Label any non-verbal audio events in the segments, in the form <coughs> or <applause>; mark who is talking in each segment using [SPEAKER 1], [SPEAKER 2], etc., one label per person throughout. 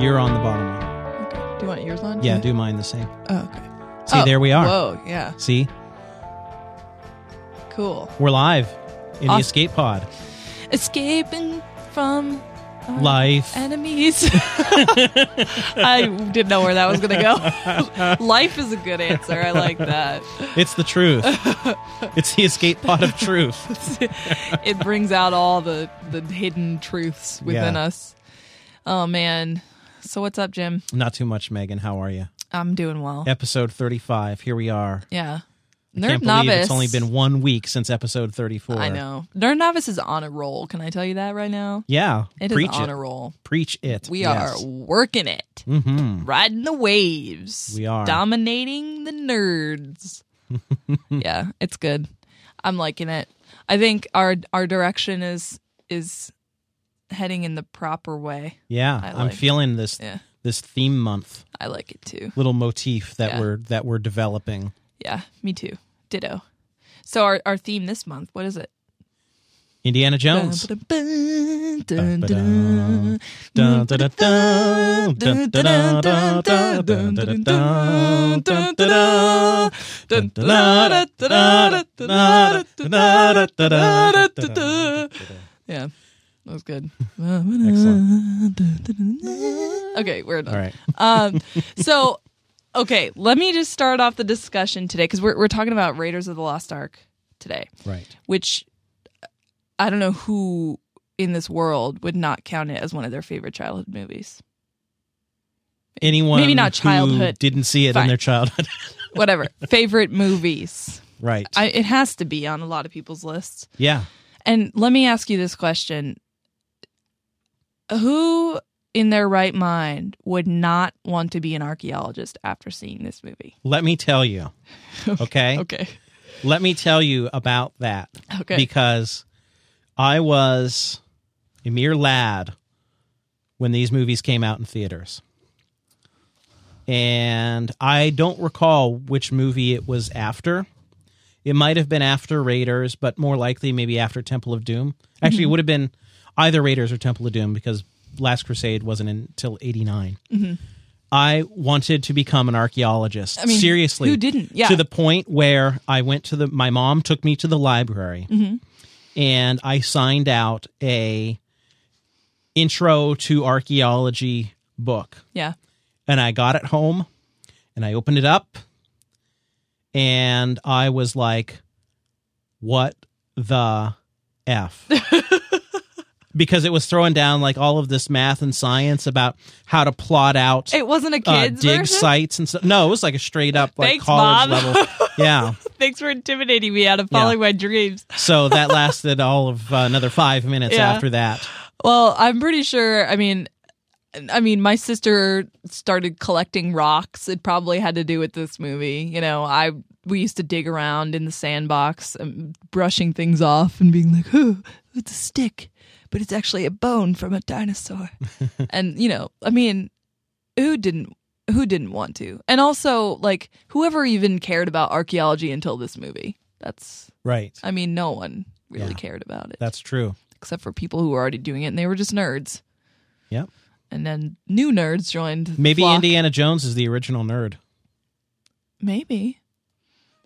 [SPEAKER 1] You're on the bottom one.
[SPEAKER 2] Okay. Do you want yours on?
[SPEAKER 1] Yeah, do mine the same.
[SPEAKER 2] Oh, okay.
[SPEAKER 1] See,
[SPEAKER 2] Mm-hmm. Oh,
[SPEAKER 1] there we are.
[SPEAKER 2] Whoa, yeah.
[SPEAKER 1] See,
[SPEAKER 2] Cool.
[SPEAKER 1] we're live in the
[SPEAKER 2] Awesome.
[SPEAKER 1] escape pod.
[SPEAKER 2] Escaping from our
[SPEAKER 1] Life.
[SPEAKER 2] enemies. <laughs> I didn't know where that was going to go. <laughs> Life is a good answer. I like that.
[SPEAKER 1] It's the
[SPEAKER 2] <laughs>
[SPEAKER 1] truth. it's the escape pod of truth.
[SPEAKER 2] It brings out all the the hidden truths within
[SPEAKER 1] Yeah.
[SPEAKER 2] us. Oh man. So what's up, Jim?
[SPEAKER 1] Not too much, Megan. How are you?
[SPEAKER 2] I'm doing well.
[SPEAKER 1] Episode 35. Here we are.
[SPEAKER 2] Yeah.
[SPEAKER 1] I
[SPEAKER 2] Nerd
[SPEAKER 1] Can't believe
[SPEAKER 2] Novice.
[SPEAKER 1] it's only been one week since episode 34.
[SPEAKER 2] I know. Nerd Novice is on a roll. Can I tell you that right now?
[SPEAKER 1] Yeah.
[SPEAKER 2] It is
[SPEAKER 1] preach
[SPEAKER 2] on
[SPEAKER 1] it.
[SPEAKER 2] a roll.
[SPEAKER 1] preach it.
[SPEAKER 2] We
[SPEAKER 1] Yes.
[SPEAKER 2] are working it,
[SPEAKER 1] Mhm.
[SPEAKER 2] riding the waves.
[SPEAKER 1] We are.
[SPEAKER 2] dominating
[SPEAKER 1] <laughs>
[SPEAKER 2] the nerds. yeah, it's good. I'm liking it. I think our our direction is is heading in the proper way.
[SPEAKER 1] Yeah.
[SPEAKER 2] I
[SPEAKER 1] I'm
[SPEAKER 2] like-
[SPEAKER 1] feeling this
[SPEAKER 2] Yeah,
[SPEAKER 1] this theme month
[SPEAKER 2] I like it too.
[SPEAKER 1] little motif that
[SPEAKER 2] Yeah.
[SPEAKER 1] we're that we're developing.
[SPEAKER 2] Yeah, me too. Ditto. So our our theme this month, what is it?
[SPEAKER 1] Indiana Jones. Ba-ba-dum. Dun, dun, dun, dun, dun, dun, dun, dun, dun, dun, dun, dun, dun.
[SPEAKER 2] Yeah, that was good.
[SPEAKER 1] <laughs>
[SPEAKER 2] Okay, we're done.
[SPEAKER 1] All right.
[SPEAKER 2] Um, so, okay, let me just start off the discussion today because we're, we're talking about Raiders of the Lost Ark today,
[SPEAKER 1] Right.
[SPEAKER 2] which I don't know who in this world would not count it as one of their favorite childhood movies.
[SPEAKER 1] Anyone
[SPEAKER 2] Maybe not
[SPEAKER 1] who
[SPEAKER 2] childhood.
[SPEAKER 1] didn't see it in
[SPEAKER 2] Fine.
[SPEAKER 1] their childhood. <laughs>
[SPEAKER 2] Whatever. favorite movies.
[SPEAKER 1] right.
[SPEAKER 2] I, it has to be on a lot of people's lists.
[SPEAKER 1] yeah.
[SPEAKER 2] And let me ask you this question Who in their right mind would not want to be an archaeologist after seeing this movie?
[SPEAKER 1] Let me tell you.
[SPEAKER 2] <laughs>
[SPEAKER 1] Okay.
[SPEAKER 2] Okay.
[SPEAKER 1] Let me tell you about that
[SPEAKER 2] Okay.
[SPEAKER 1] because I was a mere lad when these movies came out in theaters. And I don't recall which movie it was after. It might have been after Raiders, but more likely maybe after Temple of Doom. Actually,
[SPEAKER 2] Mm-hmm.
[SPEAKER 1] it would have been either Raiders or Temple of Doom because Last Crusade wasn't until 89. I wanted to become an archaeologist.
[SPEAKER 2] Mm-hmm. I mean,
[SPEAKER 1] Seriously.
[SPEAKER 2] who didn't? Yeah.
[SPEAKER 1] To the point where I went to the, my mom took me to the library
[SPEAKER 2] Mm-hmm.
[SPEAKER 1] and I signed out a intro to archaeology book
[SPEAKER 2] yeah.
[SPEAKER 1] and I got it home and I opened it up and I was like, what the
[SPEAKER 2] <laughs>
[SPEAKER 1] F? because it was throwing down like all of this math and science about how to plot out
[SPEAKER 2] It wasn't a
[SPEAKER 1] uh,
[SPEAKER 2] kid's
[SPEAKER 1] dig
[SPEAKER 2] version?
[SPEAKER 1] sites and stuff. No, it was like a straight up like
[SPEAKER 2] Thanks,
[SPEAKER 1] college
[SPEAKER 2] Mom. <laughs>
[SPEAKER 1] level. Yeah.
[SPEAKER 2] Thanks for intimidating me out of following my dreams.
[SPEAKER 1] So that lasted all of uh, another five minutes
[SPEAKER 2] Yeah.
[SPEAKER 1] after that.
[SPEAKER 2] Well, I'm pretty sure. I mean, I mean, my sister started collecting rocks. It probably had to do with this movie. You know, I we used to dig around in the sandbox, um, brushing things off and being like, "Oh, it's a stick, but it's actually a bone from a dinosaur."
[SPEAKER 1] <laughs>
[SPEAKER 2] and you know, I mean, who didn't? Who didn't want to? And also, like, whoever even cared about archaeology until this movie? That's
[SPEAKER 1] Right.
[SPEAKER 2] I mean, no one really
[SPEAKER 1] Yeah.
[SPEAKER 2] cared about it
[SPEAKER 1] That's true.
[SPEAKER 2] except for people who were already doing it, and they were just nerds.
[SPEAKER 1] Yep.
[SPEAKER 2] And then new nerds joined. the
[SPEAKER 1] Maybe
[SPEAKER 2] flock.
[SPEAKER 1] Indiana Jones is the original nerd.
[SPEAKER 2] Maybe.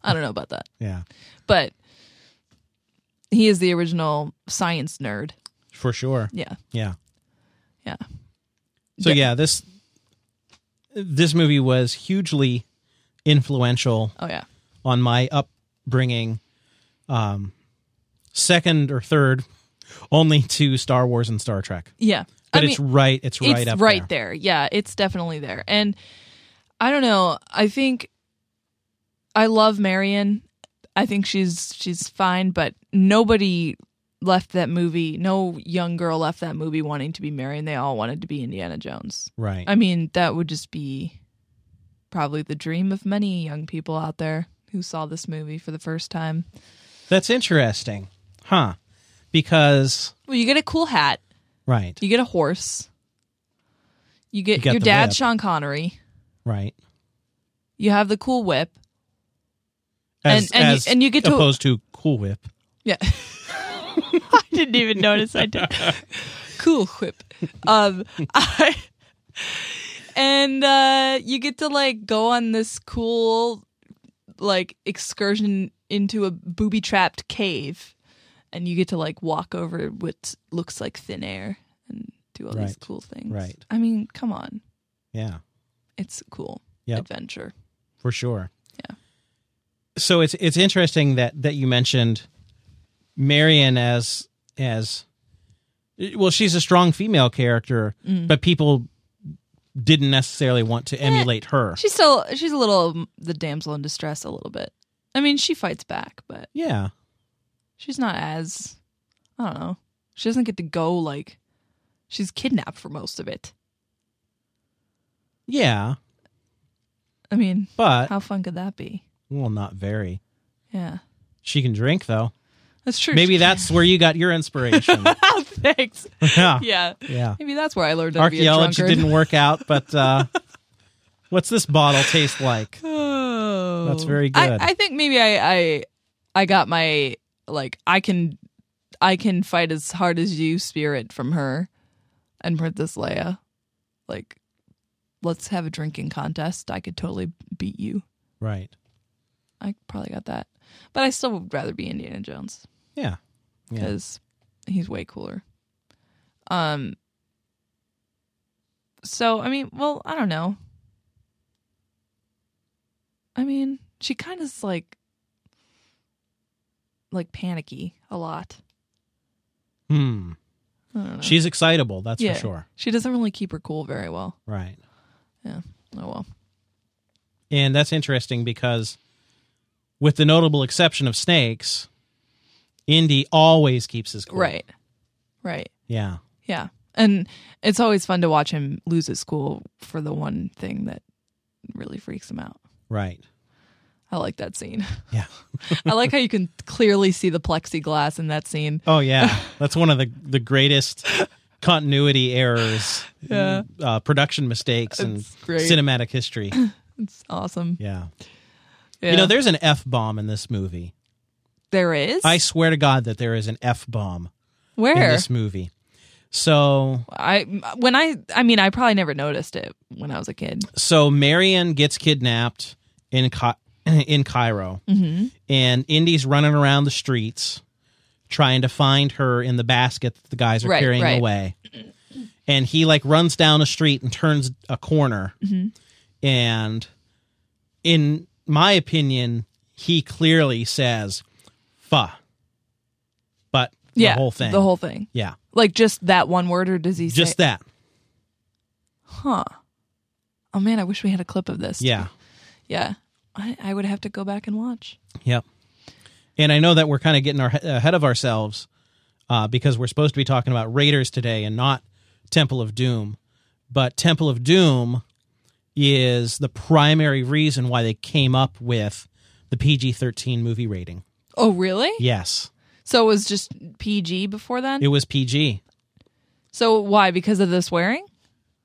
[SPEAKER 2] I don't know about that,
[SPEAKER 1] Yeah.
[SPEAKER 2] but he is the original science nerd.
[SPEAKER 1] For sure.
[SPEAKER 2] Yeah.
[SPEAKER 1] Yeah.
[SPEAKER 2] Yeah.
[SPEAKER 1] So
[SPEAKER 2] Yeah.
[SPEAKER 1] yeah, this this movie was hugely influential
[SPEAKER 2] Oh yeah.
[SPEAKER 1] on my upbringing. Um second or third only to Star Wars and Star Trek.
[SPEAKER 2] Yeah.
[SPEAKER 1] But
[SPEAKER 2] I mean,
[SPEAKER 1] it's right it's right
[SPEAKER 2] it's
[SPEAKER 1] up
[SPEAKER 2] right
[SPEAKER 1] there.
[SPEAKER 2] there. Yeah, it's definitely there. And I don't know. I think I love Marion. I think she's she's fine, but nobody left that movie. No young girl left that movie wanting to be Marion. They all wanted to be Indiana Jones.
[SPEAKER 1] Right.
[SPEAKER 2] I mean, that would just be probably the dream of many young people out there who saw this movie for the first time.
[SPEAKER 1] That's interesting. Huh. Because
[SPEAKER 2] Well, you get a cool hat.
[SPEAKER 1] right.
[SPEAKER 2] You get a horse. You get,
[SPEAKER 1] You got
[SPEAKER 2] your
[SPEAKER 1] the
[SPEAKER 2] dad,
[SPEAKER 1] whip.
[SPEAKER 2] Sean Connery.
[SPEAKER 1] Right.
[SPEAKER 2] You have the cool whip.
[SPEAKER 1] As,
[SPEAKER 2] And- and you-
[SPEAKER 1] as
[SPEAKER 2] and you get to-
[SPEAKER 1] opposed to Cool Whip.
[SPEAKER 2] Yeah. <laughs> <laughs> I didn't even notice I did. Cool whip. Um, I and uh, you get to like go on this cool like excursion into a booby trapped cave, and you get to like walk over what looks like thin air and do all these
[SPEAKER 1] Right.
[SPEAKER 2] cool things.
[SPEAKER 1] Right.
[SPEAKER 2] I mean, come on,
[SPEAKER 1] Yeah,
[SPEAKER 2] it's cool
[SPEAKER 1] Yep.
[SPEAKER 2] adventure.
[SPEAKER 1] for sure.
[SPEAKER 2] Yeah.
[SPEAKER 1] So it's it's interesting that that you mentioned Marion as as well. She's a strong female character,
[SPEAKER 2] Mm.
[SPEAKER 1] but people didn't necessarily want
[SPEAKER 2] Eh.
[SPEAKER 1] to emulate her.
[SPEAKER 2] She's still she's a little um, the damsel in distress a little bit. I mean, she fights back, but
[SPEAKER 1] Yeah.
[SPEAKER 2] she's not as I don't know. She doesn't get to go like she's kidnapped for most of it.
[SPEAKER 1] Yeah.
[SPEAKER 2] I mean,
[SPEAKER 1] But
[SPEAKER 2] how fun could that be?
[SPEAKER 1] well, not very.
[SPEAKER 2] Yeah,
[SPEAKER 1] She can drink
[SPEAKER 2] <laughs>
[SPEAKER 1] though.
[SPEAKER 2] that's true.
[SPEAKER 1] Maybe that's where you got your inspiration.
[SPEAKER 2] <laughs> thanks.
[SPEAKER 1] yeah.
[SPEAKER 2] Yeah,
[SPEAKER 1] Yeah.
[SPEAKER 2] maybe that's where I learned how to be a
[SPEAKER 1] Archaeology
[SPEAKER 2] drunkard.
[SPEAKER 1] didn't work out, but
[SPEAKER 2] <laughs>
[SPEAKER 1] uh, what's this bottle taste like?
[SPEAKER 2] <sighs> Oh.
[SPEAKER 1] That's very good.
[SPEAKER 2] I, I think maybe I, I I got my like I can I can fight as hard as you spirit from her and Princess Leia. Like let's have a drinking contest. I could totally beat you.
[SPEAKER 1] Right.
[SPEAKER 2] I probably got that. But I still would rather be Indiana Jones
[SPEAKER 1] Yeah. Yeah.
[SPEAKER 2] because he's way cooler. Um so I mean, well, I don't know. I mean, she kind of's like like panicky a lot.
[SPEAKER 1] Hmm.
[SPEAKER 2] I don't know.
[SPEAKER 1] She's excitable, that's
[SPEAKER 2] Yeah.
[SPEAKER 1] for sure.
[SPEAKER 2] she doesn't really keep her cool very well.
[SPEAKER 1] Right.
[SPEAKER 2] Oh well.
[SPEAKER 1] And that's interesting because, with the notable exception of snakes, Indy always keeps his cool.
[SPEAKER 2] Right. Right.
[SPEAKER 1] Yeah.
[SPEAKER 2] Yeah. And it's always fun to watch him lose at school for the one thing that really freaks him out.
[SPEAKER 1] Right.
[SPEAKER 2] I like that scene. <laughs>
[SPEAKER 1] Yeah.
[SPEAKER 2] I like how you can clearly see the plexiglass in that scene.
[SPEAKER 1] Oh
[SPEAKER 2] <laughs>
[SPEAKER 1] yeah. that's one of the the greatest continuity errors,
[SPEAKER 2] Yeah.
[SPEAKER 1] uh, production mistakes, and
[SPEAKER 2] It's great.
[SPEAKER 1] cinematic
[SPEAKER 2] <clears throat>
[SPEAKER 1] history.
[SPEAKER 2] It's awesome.
[SPEAKER 1] Yeah.
[SPEAKER 2] Yeah.
[SPEAKER 1] You know, there's an f bomb in this movie.
[SPEAKER 2] there is.
[SPEAKER 1] I swear to God that there is an f bomb in
[SPEAKER 2] Where?
[SPEAKER 1] this movie. So
[SPEAKER 2] I when I I mean I probably never noticed it when I was a kid.
[SPEAKER 1] so Marion gets kidnapped in Cai- <clears throat> in Cairo,
[SPEAKER 2] Mm-hmm.
[SPEAKER 1] and Indy's running around the streets trying to find her in the basket that the guys are
[SPEAKER 2] Right,
[SPEAKER 1] carrying
[SPEAKER 2] right.
[SPEAKER 1] away. And he like runs down a street and turns a corner,
[SPEAKER 2] Mm-hmm.
[SPEAKER 1] and in my opinion, he clearly says "fa," but
[SPEAKER 2] Yeah.
[SPEAKER 1] the whole thing,
[SPEAKER 2] The whole thing.
[SPEAKER 1] yeah,
[SPEAKER 2] Like just that one word or does he say
[SPEAKER 1] just that,
[SPEAKER 2] huh. Oh man, I wish we had a clip of this.
[SPEAKER 1] yeah.
[SPEAKER 2] Yeah. I, I would have to go back and watch.
[SPEAKER 1] Yep. And I know that we're kind of getting our he- ahead of ourselves uh, because we're supposed to be talking about Raiders today and not Temple of Doom. But Temple of Doom is the primary reason why they came up with the PG 13 movie rating.
[SPEAKER 2] Oh really?
[SPEAKER 1] Yes,
[SPEAKER 2] So it was just PG before then?
[SPEAKER 1] it was PG.
[SPEAKER 2] so why? Because of the swearing?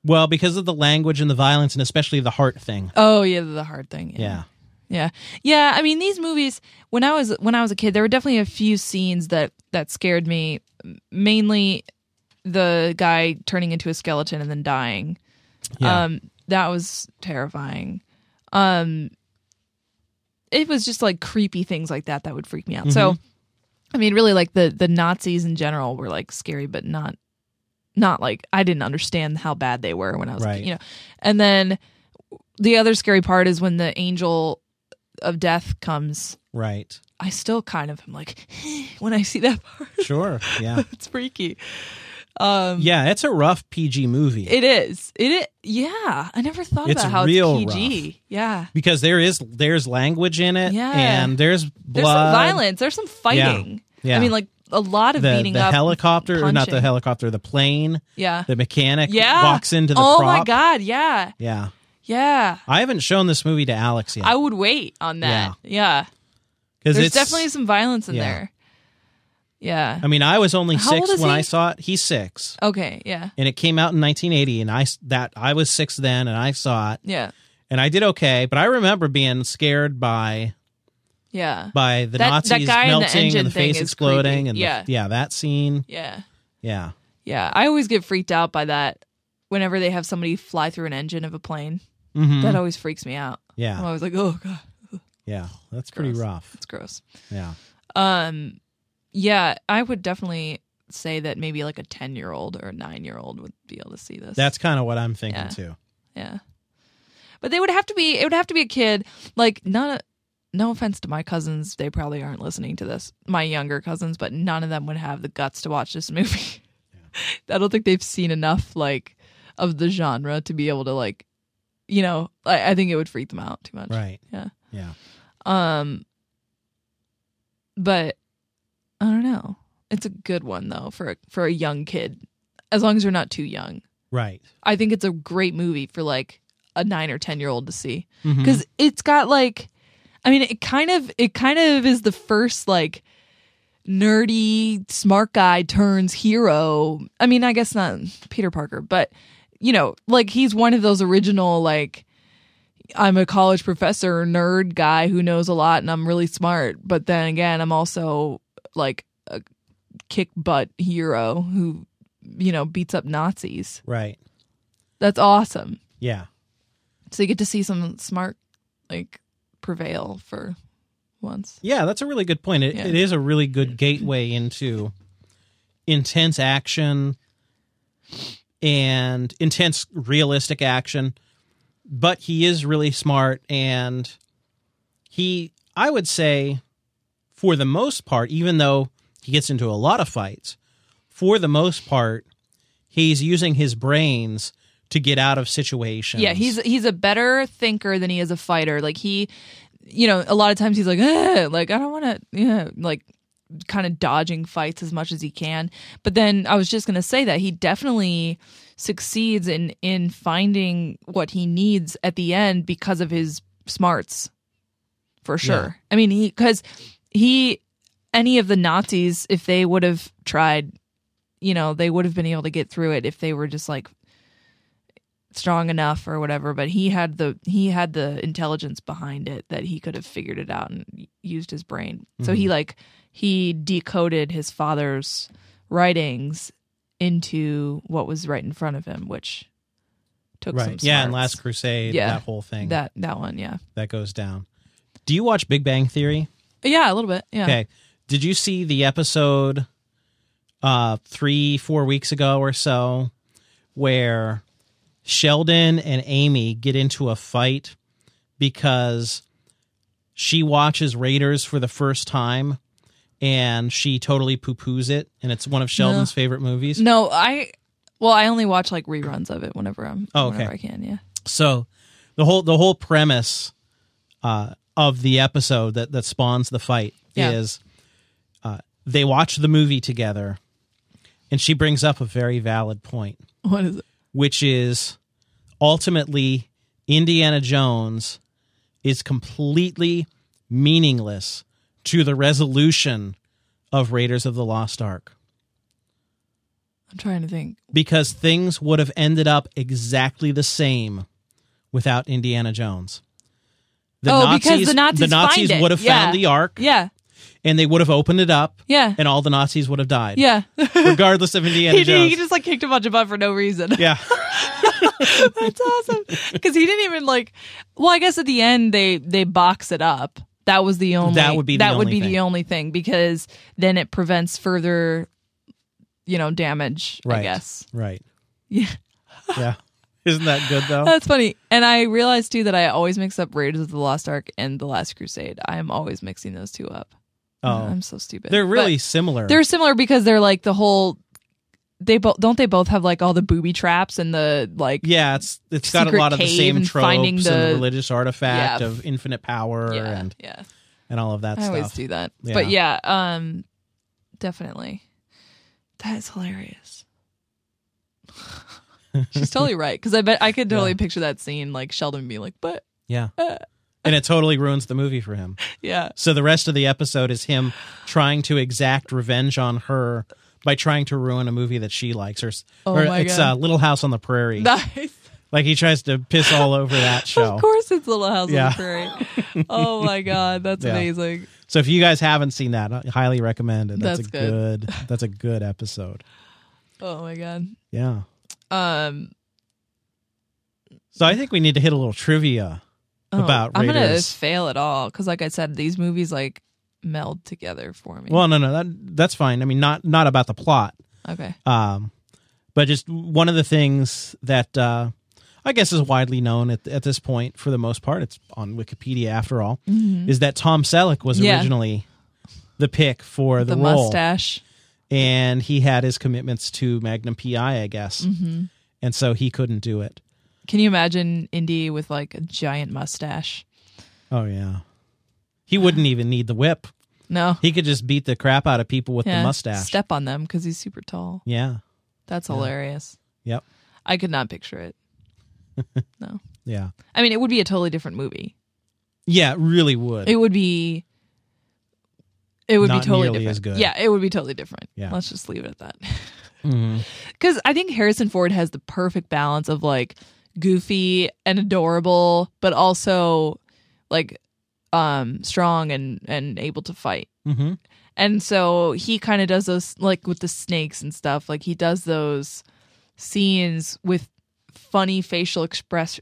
[SPEAKER 1] Well, because of the language and the violence and especially the heart thing.
[SPEAKER 2] Oh yeah, the hard thing.
[SPEAKER 1] Yeah.
[SPEAKER 2] Yeah. Yeah, I mean these movies when I was when I was a kid there were definitely a few scenes that that scared me mainly the guy turning into a skeleton and then dying.
[SPEAKER 1] Yeah.
[SPEAKER 2] Um that was terrifying. Um it was just like creepy things like that that would freak me out. So
[SPEAKER 1] Mm-hmm.
[SPEAKER 2] I mean really like the the Nazis in general were like scary but not not like I didn't understand how bad they were when I was a kid,
[SPEAKER 1] Right.
[SPEAKER 2] you know. And then the other scary part is when the angel of death comes <laughs>
[SPEAKER 1] right.
[SPEAKER 2] i still kind of am like <laughs> when i see that part <laughs>
[SPEAKER 1] Sure. Yeah.
[SPEAKER 2] it's freaky
[SPEAKER 1] yeah. It's a rough PG movie.
[SPEAKER 2] Um, it is it, it yeah i never thought
[SPEAKER 1] It's
[SPEAKER 2] about how
[SPEAKER 1] real
[SPEAKER 2] it's pg yeah
[SPEAKER 1] because there is there's language in it
[SPEAKER 2] Yeah.
[SPEAKER 1] and there's blood
[SPEAKER 2] there's some violence there's some fighting
[SPEAKER 1] Yeah.
[SPEAKER 2] i mean like a lot of
[SPEAKER 1] the,
[SPEAKER 2] beating
[SPEAKER 1] the
[SPEAKER 2] up
[SPEAKER 1] helicopter or not
[SPEAKER 2] punching.
[SPEAKER 1] the helicopter the plane
[SPEAKER 2] yeah
[SPEAKER 1] the mechanic
[SPEAKER 2] yeah
[SPEAKER 1] walks into the
[SPEAKER 2] oh
[SPEAKER 1] prop
[SPEAKER 2] my god yeah
[SPEAKER 1] yeah
[SPEAKER 2] yeah
[SPEAKER 1] i haven't shown this movie to alex
[SPEAKER 2] i
[SPEAKER 1] yet
[SPEAKER 2] would wait on that yeah,
[SPEAKER 1] because
[SPEAKER 2] there's
[SPEAKER 1] it's
[SPEAKER 2] definitely some violence in
[SPEAKER 1] yeah.
[SPEAKER 2] there yeah
[SPEAKER 1] i mean i was only
[SPEAKER 2] How old
[SPEAKER 1] six
[SPEAKER 2] is
[SPEAKER 1] when
[SPEAKER 2] he?
[SPEAKER 1] i saw it he's six
[SPEAKER 2] okay yeah
[SPEAKER 1] and it came out in 1980 and i s- that i was six then and i saw it
[SPEAKER 2] yeah
[SPEAKER 1] and i did okay but i remember being scared by
[SPEAKER 2] yeah
[SPEAKER 1] by the
[SPEAKER 2] That- that
[SPEAKER 1] nazis
[SPEAKER 2] guy in the
[SPEAKER 1] melting
[SPEAKER 2] engine
[SPEAKER 1] and the
[SPEAKER 2] thing
[SPEAKER 1] face
[SPEAKER 2] is
[SPEAKER 1] exploding
[SPEAKER 2] creepy.
[SPEAKER 1] and the-
[SPEAKER 2] Yeah.
[SPEAKER 1] yeah that scene
[SPEAKER 2] yeah
[SPEAKER 1] yeah
[SPEAKER 2] Yeah, I always get freaked out by that whenever they have somebody fly through an engine of a plane.
[SPEAKER 1] Mhm.
[SPEAKER 2] That always freaks me out. I'm
[SPEAKER 1] yeah,
[SPEAKER 2] always like, oh god,
[SPEAKER 1] yeah, that's pretty
[SPEAKER 2] Gross.
[SPEAKER 1] rough.
[SPEAKER 2] it's gross.
[SPEAKER 1] Yeah,
[SPEAKER 2] Um, yeah, I would definitely say that maybe like a ten year old or a nine year old would be able to see this.
[SPEAKER 1] that's kind of what I'm thinking
[SPEAKER 2] Yeah.
[SPEAKER 1] too.
[SPEAKER 2] yeah, but they would have to be. It would have to be a kid. Like none. No offense to my cousins, they probably aren't listening to this. My younger cousins, but none of them would have the guts to watch this <laughs> movie. I don't think they've seen enough like of the genre to be able to like, you know. I, I think it would freak them out too much.
[SPEAKER 1] Right.
[SPEAKER 2] Yeah.
[SPEAKER 1] Yeah.
[SPEAKER 2] Um but I don't know. It's a good one though for a, for a young kid as long as you're not too young.
[SPEAKER 1] Right.
[SPEAKER 2] I think it's a great movie for like a 9 or 10 year old to see
[SPEAKER 1] Mhm.
[SPEAKER 2] because it's got like I mean it kind of it kind of is the first like nerdy smart guy turns hero. I mean, I guess not Peter Parker, but you know, like he's one of those original like I'm a college professor nerd guy who knows a lot and I'm really smart, but then again, I'm also like a kick butt hero who you know beats up Nazis.
[SPEAKER 1] Right.
[SPEAKER 2] That's awesome.
[SPEAKER 1] Yeah.
[SPEAKER 2] So you get to see some smart, like, prevail for once.
[SPEAKER 1] Yeah, that's a really good point. It,
[SPEAKER 2] Yeah.
[SPEAKER 1] it is a really good gateway into intense action and intense realistic action. But he is really smart and he I would say for the most part even though he gets into a lot of fights, for the most part he's using his brains to get out of situations.
[SPEAKER 2] Yeah, he's he's a better thinker than he is a fighter. Like he, you know, a lot of times he's like, "Eh," like I don't want to, yeah, like kind of dodging fights as much as he can. But then I was just gonna say that he definitely succeeds in in finding what he needs at the end because of his smarts, for sure. I mean, he because he any of the Nazis if they would have tried you know they would have been able to get through it if they were just like strong enough or whatever but he had the he had the intelligence behind it that he could have figured it out and used his brain so
[SPEAKER 1] Mm-hmm.
[SPEAKER 2] he like he decoded his father's writings into what was right in front of him which took some
[SPEAKER 1] right. Yeah, and
[SPEAKER 2] smarts.
[SPEAKER 1] Last Crusade,
[SPEAKER 2] Yeah.
[SPEAKER 1] that whole thing
[SPEAKER 2] that that one yeah
[SPEAKER 1] that goes down. Do you watch Big Bang Theory?
[SPEAKER 2] yeah a little bit yeah
[SPEAKER 1] Okay. Did you see the episode uh three, four weeks ago or so where Sheldon and Amy get into a fight because she watches Raiders for the first time and she totally poo poos it and it's one of Sheldon's favorite movies?
[SPEAKER 2] no i well i only watch like reruns of it whenever i'm
[SPEAKER 1] Oh, okay.
[SPEAKER 2] whenever i can yeah
[SPEAKER 1] So the whole the whole premise uh, of the episode that that spawns the fight
[SPEAKER 2] Yeah.
[SPEAKER 1] is uh, they watch the movie together, and she brings up a very valid point,
[SPEAKER 2] what is it
[SPEAKER 1] which is ultimately Indiana Jones is completely meaningless to the resolution of Raiders of the Lost Ark
[SPEAKER 2] i'm trying to think
[SPEAKER 1] because things would have ended up exactly the same without Indiana Jones. The
[SPEAKER 2] Oh, because the Nazis find it.
[SPEAKER 1] would have
[SPEAKER 2] Yeah.
[SPEAKER 1] found the Ark,
[SPEAKER 2] yeah
[SPEAKER 1] and they would have opened it up,
[SPEAKER 2] yeah
[SPEAKER 1] and all the Nazis would have died,
[SPEAKER 2] Yeah. <laughs> he,
[SPEAKER 1] regardless of Indiana
[SPEAKER 2] he
[SPEAKER 1] Jones.
[SPEAKER 2] just like kicked a bunch of butt for no reason.
[SPEAKER 1] yeah,
[SPEAKER 2] <laughs> That's awesome. Because he didn't even like. Well, I guess at the end they they box it up. That was the only.
[SPEAKER 1] That would be the
[SPEAKER 2] that would
[SPEAKER 1] only
[SPEAKER 2] be
[SPEAKER 1] thing.
[SPEAKER 2] the only thing because then it prevents further, you know, damage. I
[SPEAKER 1] Right.
[SPEAKER 2] guess.
[SPEAKER 1] right.
[SPEAKER 2] Yeah.
[SPEAKER 1] yeah. Isn't that good though?
[SPEAKER 2] That's funny. And I realized too that I always mix up Raiders of the Lost Ark and The Last Crusade. I am always mixing those two up.
[SPEAKER 1] Oh,
[SPEAKER 2] I'm so stupid.
[SPEAKER 1] they're
[SPEAKER 2] But
[SPEAKER 1] really similar.
[SPEAKER 2] they're similar because they're like the whole. They both don't they both have like all the booby traps and the like
[SPEAKER 1] yeah, it's it's got a
[SPEAKER 2] secret
[SPEAKER 1] lot of the
[SPEAKER 2] cave
[SPEAKER 1] same
[SPEAKER 2] and
[SPEAKER 1] tropes
[SPEAKER 2] finding
[SPEAKER 1] and
[SPEAKER 2] the-
[SPEAKER 1] religious artifact
[SPEAKER 2] Yeah.
[SPEAKER 1] of infinite power
[SPEAKER 2] yeah,
[SPEAKER 1] and
[SPEAKER 2] yeah.
[SPEAKER 1] and all of that
[SPEAKER 2] I
[SPEAKER 1] stuff.
[SPEAKER 2] always do that. But yeah, um definitely. That is hilarious. <laughs> She's totally right cuz I bet I could totally
[SPEAKER 1] Yeah.
[SPEAKER 2] picture that scene like Sheldon being like, "But
[SPEAKER 1] Yeah.
[SPEAKER 2] Uh.
[SPEAKER 1] and it totally ruins the movie for him.
[SPEAKER 2] yeah, <laughs>
[SPEAKER 1] So the rest of the episode is him trying to exact revenge on her by trying to ruin a movie that she likes. Or,
[SPEAKER 2] Oh
[SPEAKER 1] or
[SPEAKER 2] my
[SPEAKER 1] it's
[SPEAKER 2] God.
[SPEAKER 1] uh, Little House on the Prairie.
[SPEAKER 2] nice."
[SPEAKER 1] Like he tries to piss all over that show.
[SPEAKER 2] <laughs> Of course it's Little House
[SPEAKER 1] Yeah.
[SPEAKER 2] on the Prairie. Oh my god, that's
[SPEAKER 1] <laughs> Yeah.
[SPEAKER 2] amazing.
[SPEAKER 1] So if you guys haven't seen that, I highly recommend it. That's,
[SPEAKER 2] That's
[SPEAKER 1] a
[SPEAKER 2] good. <laughs>
[SPEAKER 1] good. That's a good episode.
[SPEAKER 2] Oh my god.
[SPEAKER 1] Yeah.
[SPEAKER 2] Um
[SPEAKER 1] So I think we need to hit a little trivia
[SPEAKER 2] Oh,
[SPEAKER 1] about
[SPEAKER 2] I'm gonna
[SPEAKER 1] Raiders.
[SPEAKER 2] fail at all because, like I said, these movies like meld together for me.
[SPEAKER 1] Well, no, no, that that's fine. I mean, not not about the plot,
[SPEAKER 2] okay,
[SPEAKER 1] um, but just one of the things that uh, I guess is widely known at at this point for the most part. It's on Wikipedia after all. Is that Tom Selleck was
[SPEAKER 2] Mm-hmm. Yeah.
[SPEAKER 1] originally the pick for the,
[SPEAKER 2] the
[SPEAKER 1] role,
[SPEAKER 2] mustache.
[SPEAKER 1] and he had his commitments to Magnum PI, I guess,
[SPEAKER 2] hmm
[SPEAKER 1] and so he couldn't do it.
[SPEAKER 2] Can you imagine Indy with like a giant mustache?
[SPEAKER 1] Oh yeah, he wouldn't even need the whip.
[SPEAKER 2] No,
[SPEAKER 1] He could just beat the crap out of people with
[SPEAKER 2] Yeah.
[SPEAKER 1] the mustache.
[SPEAKER 2] Step on them because he's super tall.
[SPEAKER 1] yeah,
[SPEAKER 2] That's hilarious.
[SPEAKER 1] Yep.
[SPEAKER 2] I could not picture it. no,
[SPEAKER 1] yeah,
[SPEAKER 2] I mean it would be a totally different movie.
[SPEAKER 1] yeah. it Really would.
[SPEAKER 2] It would be. It would
[SPEAKER 1] Not
[SPEAKER 2] be totally
[SPEAKER 1] nearly
[SPEAKER 2] different.
[SPEAKER 1] as good.
[SPEAKER 2] Yeah, it would be totally different.
[SPEAKER 1] Yeah.
[SPEAKER 2] Let's just leave it at that. <laughs>
[SPEAKER 1] Mhm.
[SPEAKER 2] Because I think Harrison Ford has the perfect balance of like goofy and adorable, but also like um strong and and able to fight.
[SPEAKER 1] Mm-hmm.
[SPEAKER 2] And so he kind of does those like with the snakes and stuff. Like he does those scenes with funny facial express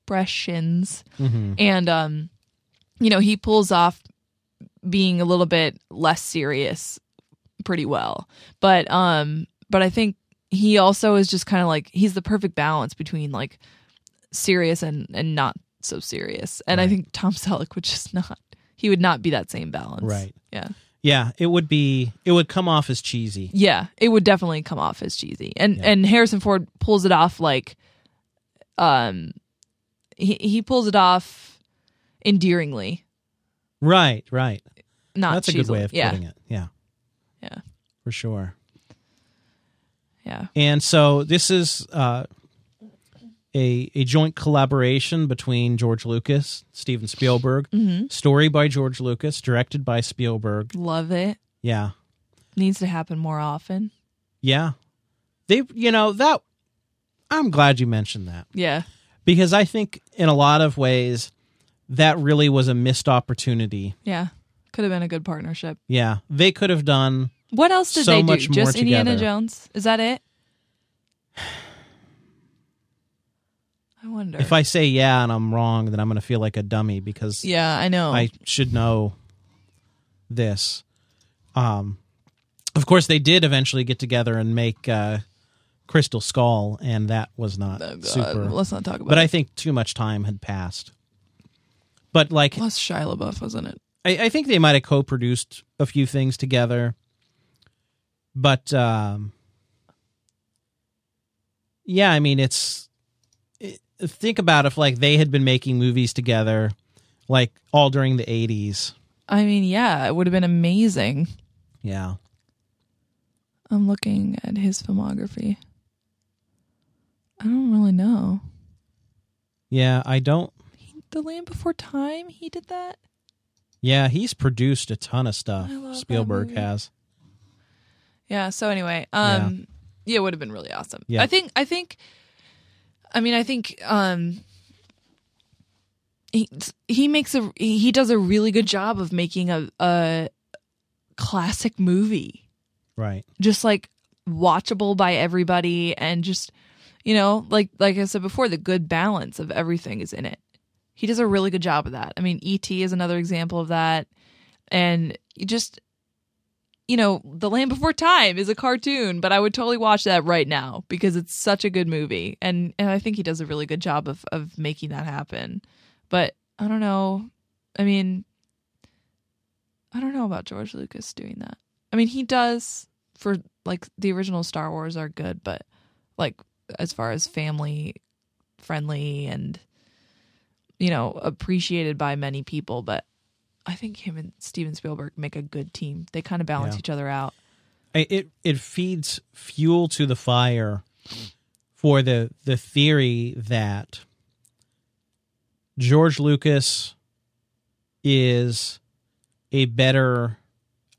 [SPEAKER 2] expressions
[SPEAKER 1] Mm-hmm.
[SPEAKER 2] and um you know he pulls off being a little bit less serious pretty well but um but i think he also is just kind of like he's the perfect balance between like serious and and not so serious and i
[SPEAKER 1] Right.
[SPEAKER 2] think tom selleck would just <laughs> not he would not be that same balance
[SPEAKER 1] Right.
[SPEAKER 2] yeah
[SPEAKER 1] Yeah, it would be. It would come off as cheesy.
[SPEAKER 2] yeah it would definitely come off as cheesy and
[SPEAKER 1] Yeah.
[SPEAKER 2] and harrison ford pulls it off like um he, he pulls it off endearingly
[SPEAKER 1] Right. Right.
[SPEAKER 2] not
[SPEAKER 1] That's a good
[SPEAKER 2] cheesily.
[SPEAKER 1] way of
[SPEAKER 2] yeah.
[SPEAKER 1] putting it. Yeah.
[SPEAKER 2] Yeah.
[SPEAKER 1] For sure.
[SPEAKER 2] Yeah.
[SPEAKER 1] And so this is uh, a a joint collaboration between George Lucas, Steven Spielberg.
[SPEAKER 2] Mm-hmm.
[SPEAKER 1] Story by George Lucas, directed by Spielberg.
[SPEAKER 2] Love it.
[SPEAKER 1] Yeah.
[SPEAKER 2] Needs to happen more often.
[SPEAKER 1] Yeah. They, you know, that I'm glad you mentioned that
[SPEAKER 2] Yeah.
[SPEAKER 1] because I think in a lot of ways that really was a missed opportunity.
[SPEAKER 2] Yeah. Could have been a good partnership.
[SPEAKER 1] Yeah. They could have done
[SPEAKER 2] What else did
[SPEAKER 1] So
[SPEAKER 2] they do?
[SPEAKER 1] much more
[SPEAKER 2] Just Indiana
[SPEAKER 1] together.
[SPEAKER 2] Jones? Is
[SPEAKER 1] <sighs>
[SPEAKER 2] that it? I wonder.
[SPEAKER 1] if I say yeah and I'm wrong, then I'm going to feel like a dummy because
[SPEAKER 2] yeah, I know.
[SPEAKER 1] I should know this. Um, of course, they did eventually get together and make uh, Crystal Skull, and that was not
[SPEAKER 2] Oh, God.
[SPEAKER 1] super.
[SPEAKER 2] Let's not talk about
[SPEAKER 1] but
[SPEAKER 2] it.
[SPEAKER 1] I think too much time had passed. But like,
[SPEAKER 2] Plus Shia LaBeouf, wasn't it?
[SPEAKER 1] I, I think they might have co-produced a few things together, but um, yeah, I mean, it's it, think about if like they had been making movies together, like all during the eighties.
[SPEAKER 2] I mean, yeah, it would have been amazing.
[SPEAKER 1] Yeah,
[SPEAKER 2] I'm looking at his filmography. I don't really know.
[SPEAKER 1] yeah, I don't.
[SPEAKER 2] He, the Land Before Time, he did that?
[SPEAKER 1] Yeah, he's produced a ton of stuff.
[SPEAKER 2] I love that
[SPEAKER 1] Spielberg
[SPEAKER 2] movie.
[SPEAKER 1] has.
[SPEAKER 2] Yeah. So anyway, um, yeah, it would have been really awesome.
[SPEAKER 1] Yeah.
[SPEAKER 2] I think. I think. I mean, I think. Um, he he makes a he does a really good job of making a a classic movie,
[SPEAKER 1] Right.
[SPEAKER 2] just like watchable by everybody, and just you know, like like I said before, the good balance of everything is in it. He does a really good job of that. I mean, ET is another example of that, and you just you know, The Land Before Time is a cartoon, but I would totally watch that right now because it's such a good movie, and and I think he does a really good job of of making that happen. But I don't know. I mean, I don't know about George Lucas doing that. I mean, he does for like the original Star Wars are good, but like as far as family friendly and you know appreciated by many people but i think him and steven spielberg make a good team they kind of balance
[SPEAKER 1] Yeah.
[SPEAKER 2] each other out
[SPEAKER 1] I- it it feeds fuel to the fire for the the theory that George Lucas is a better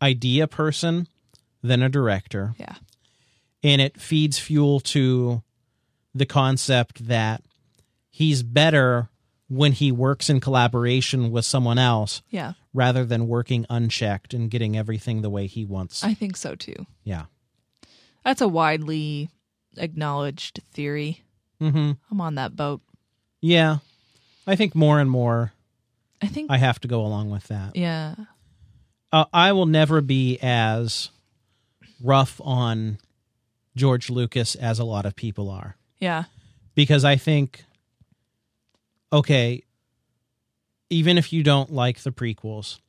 [SPEAKER 1] idea person than a director.
[SPEAKER 2] Yeah.
[SPEAKER 1] And it feeds fuel to the concept that he's better when he works in collaboration with someone else
[SPEAKER 2] yeah
[SPEAKER 1] rather than working unchecked and getting everything the way he wants.
[SPEAKER 2] i think so too
[SPEAKER 1] yeah.
[SPEAKER 2] that's a widely acknowledged theory
[SPEAKER 1] Mhm.
[SPEAKER 2] i'm on that boat
[SPEAKER 1] Yeah. I think more and more
[SPEAKER 2] I think.
[SPEAKER 1] I have to go along with that.
[SPEAKER 2] yeah.
[SPEAKER 1] Uh, I will never be as rough on George Lucas as a lot of people are
[SPEAKER 2] Yeah.
[SPEAKER 1] because I think, okay, even if you don't like the prequels,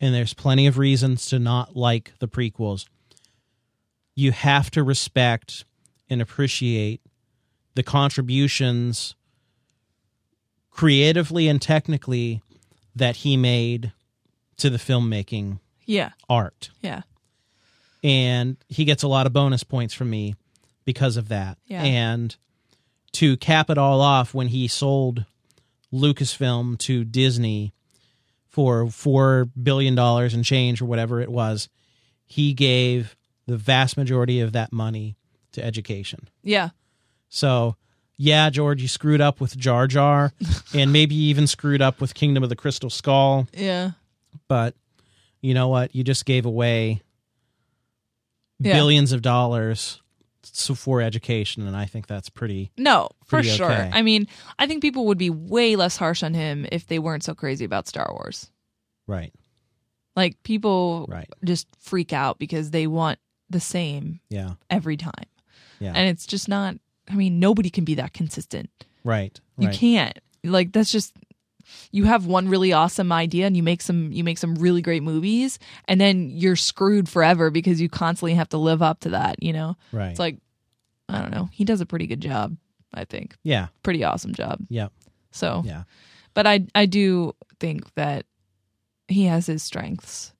[SPEAKER 1] and there's plenty of reasons to not like the prequels, you have to respect and appreciate the contributions creatively and technically that he made to the filmmaking
[SPEAKER 2] Yeah.
[SPEAKER 1] art.
[SPEAKER 2] Yeah.
[SPEAKER 1] And he gets a lot of bonus points from me because of that.
[SPEAKER 2] Yeah.
[SPEAKER 1] And to cap it all off, when he sold Lucasfilm to Disney for $4 billion and change or whatever it was, he gave the vast majority of that money to education.
[SPEAKER 2] Yeah.
[SPEAKER 1] So, yeah, George, you screwed up with Jar Jar and maybe you even screwed up with Kingdom of the Crystal Skull
[SPEAKER 2] Yeah.
[SPEAKER 1] but you know what? You just gave away
[SPEAKER 2] Yeah.
[SPEAKER 1] billions of dollars so for education, and I think that's pretty.
[SPEAKER 2] No, for
[SPEAKER 1] Pretty
[SPEAKER 2] sure.
[SPEAKER 1] okay.
[SPEAKER 2] I mean, I think people would be way less harsh on him if they weren't so crazy about Star Wars.
[SPEAKER 1] Right,
[SPEAKER 2] Like people
[SPEAKER 1] right,
[SPEAKER 2] just freak out because they want the same
[SPEAKER 1] yeah,
[SPEAKER 2] every time.
[SPEAKER 1] Yeah.
[SPEAKER 2] And it's just not I mean, nobody can be that consistent.
[SPEAKER 1] right,
[SPEAKER 2] You
[SPEAKER 1] right,
[SPEAKER 2] can't. Like that's just you have one really awesome idea and you make some you make some really great movies and then you're screwed forever because you constantly have to live up to that, you know?
[SPEAKER 1] right.
[SPEAKER 2] It's like I don't know. He does a pretty good job, I think.
[SPEAKER 1] yeah,
[SPEAKER 2] Pretty awesome job.
[SPEAKER 1] yeah,
[SPEAKER 2] So
[SPEAKER 1] yeah,
[SPEAKER 2] but I I do think that he has his strengths,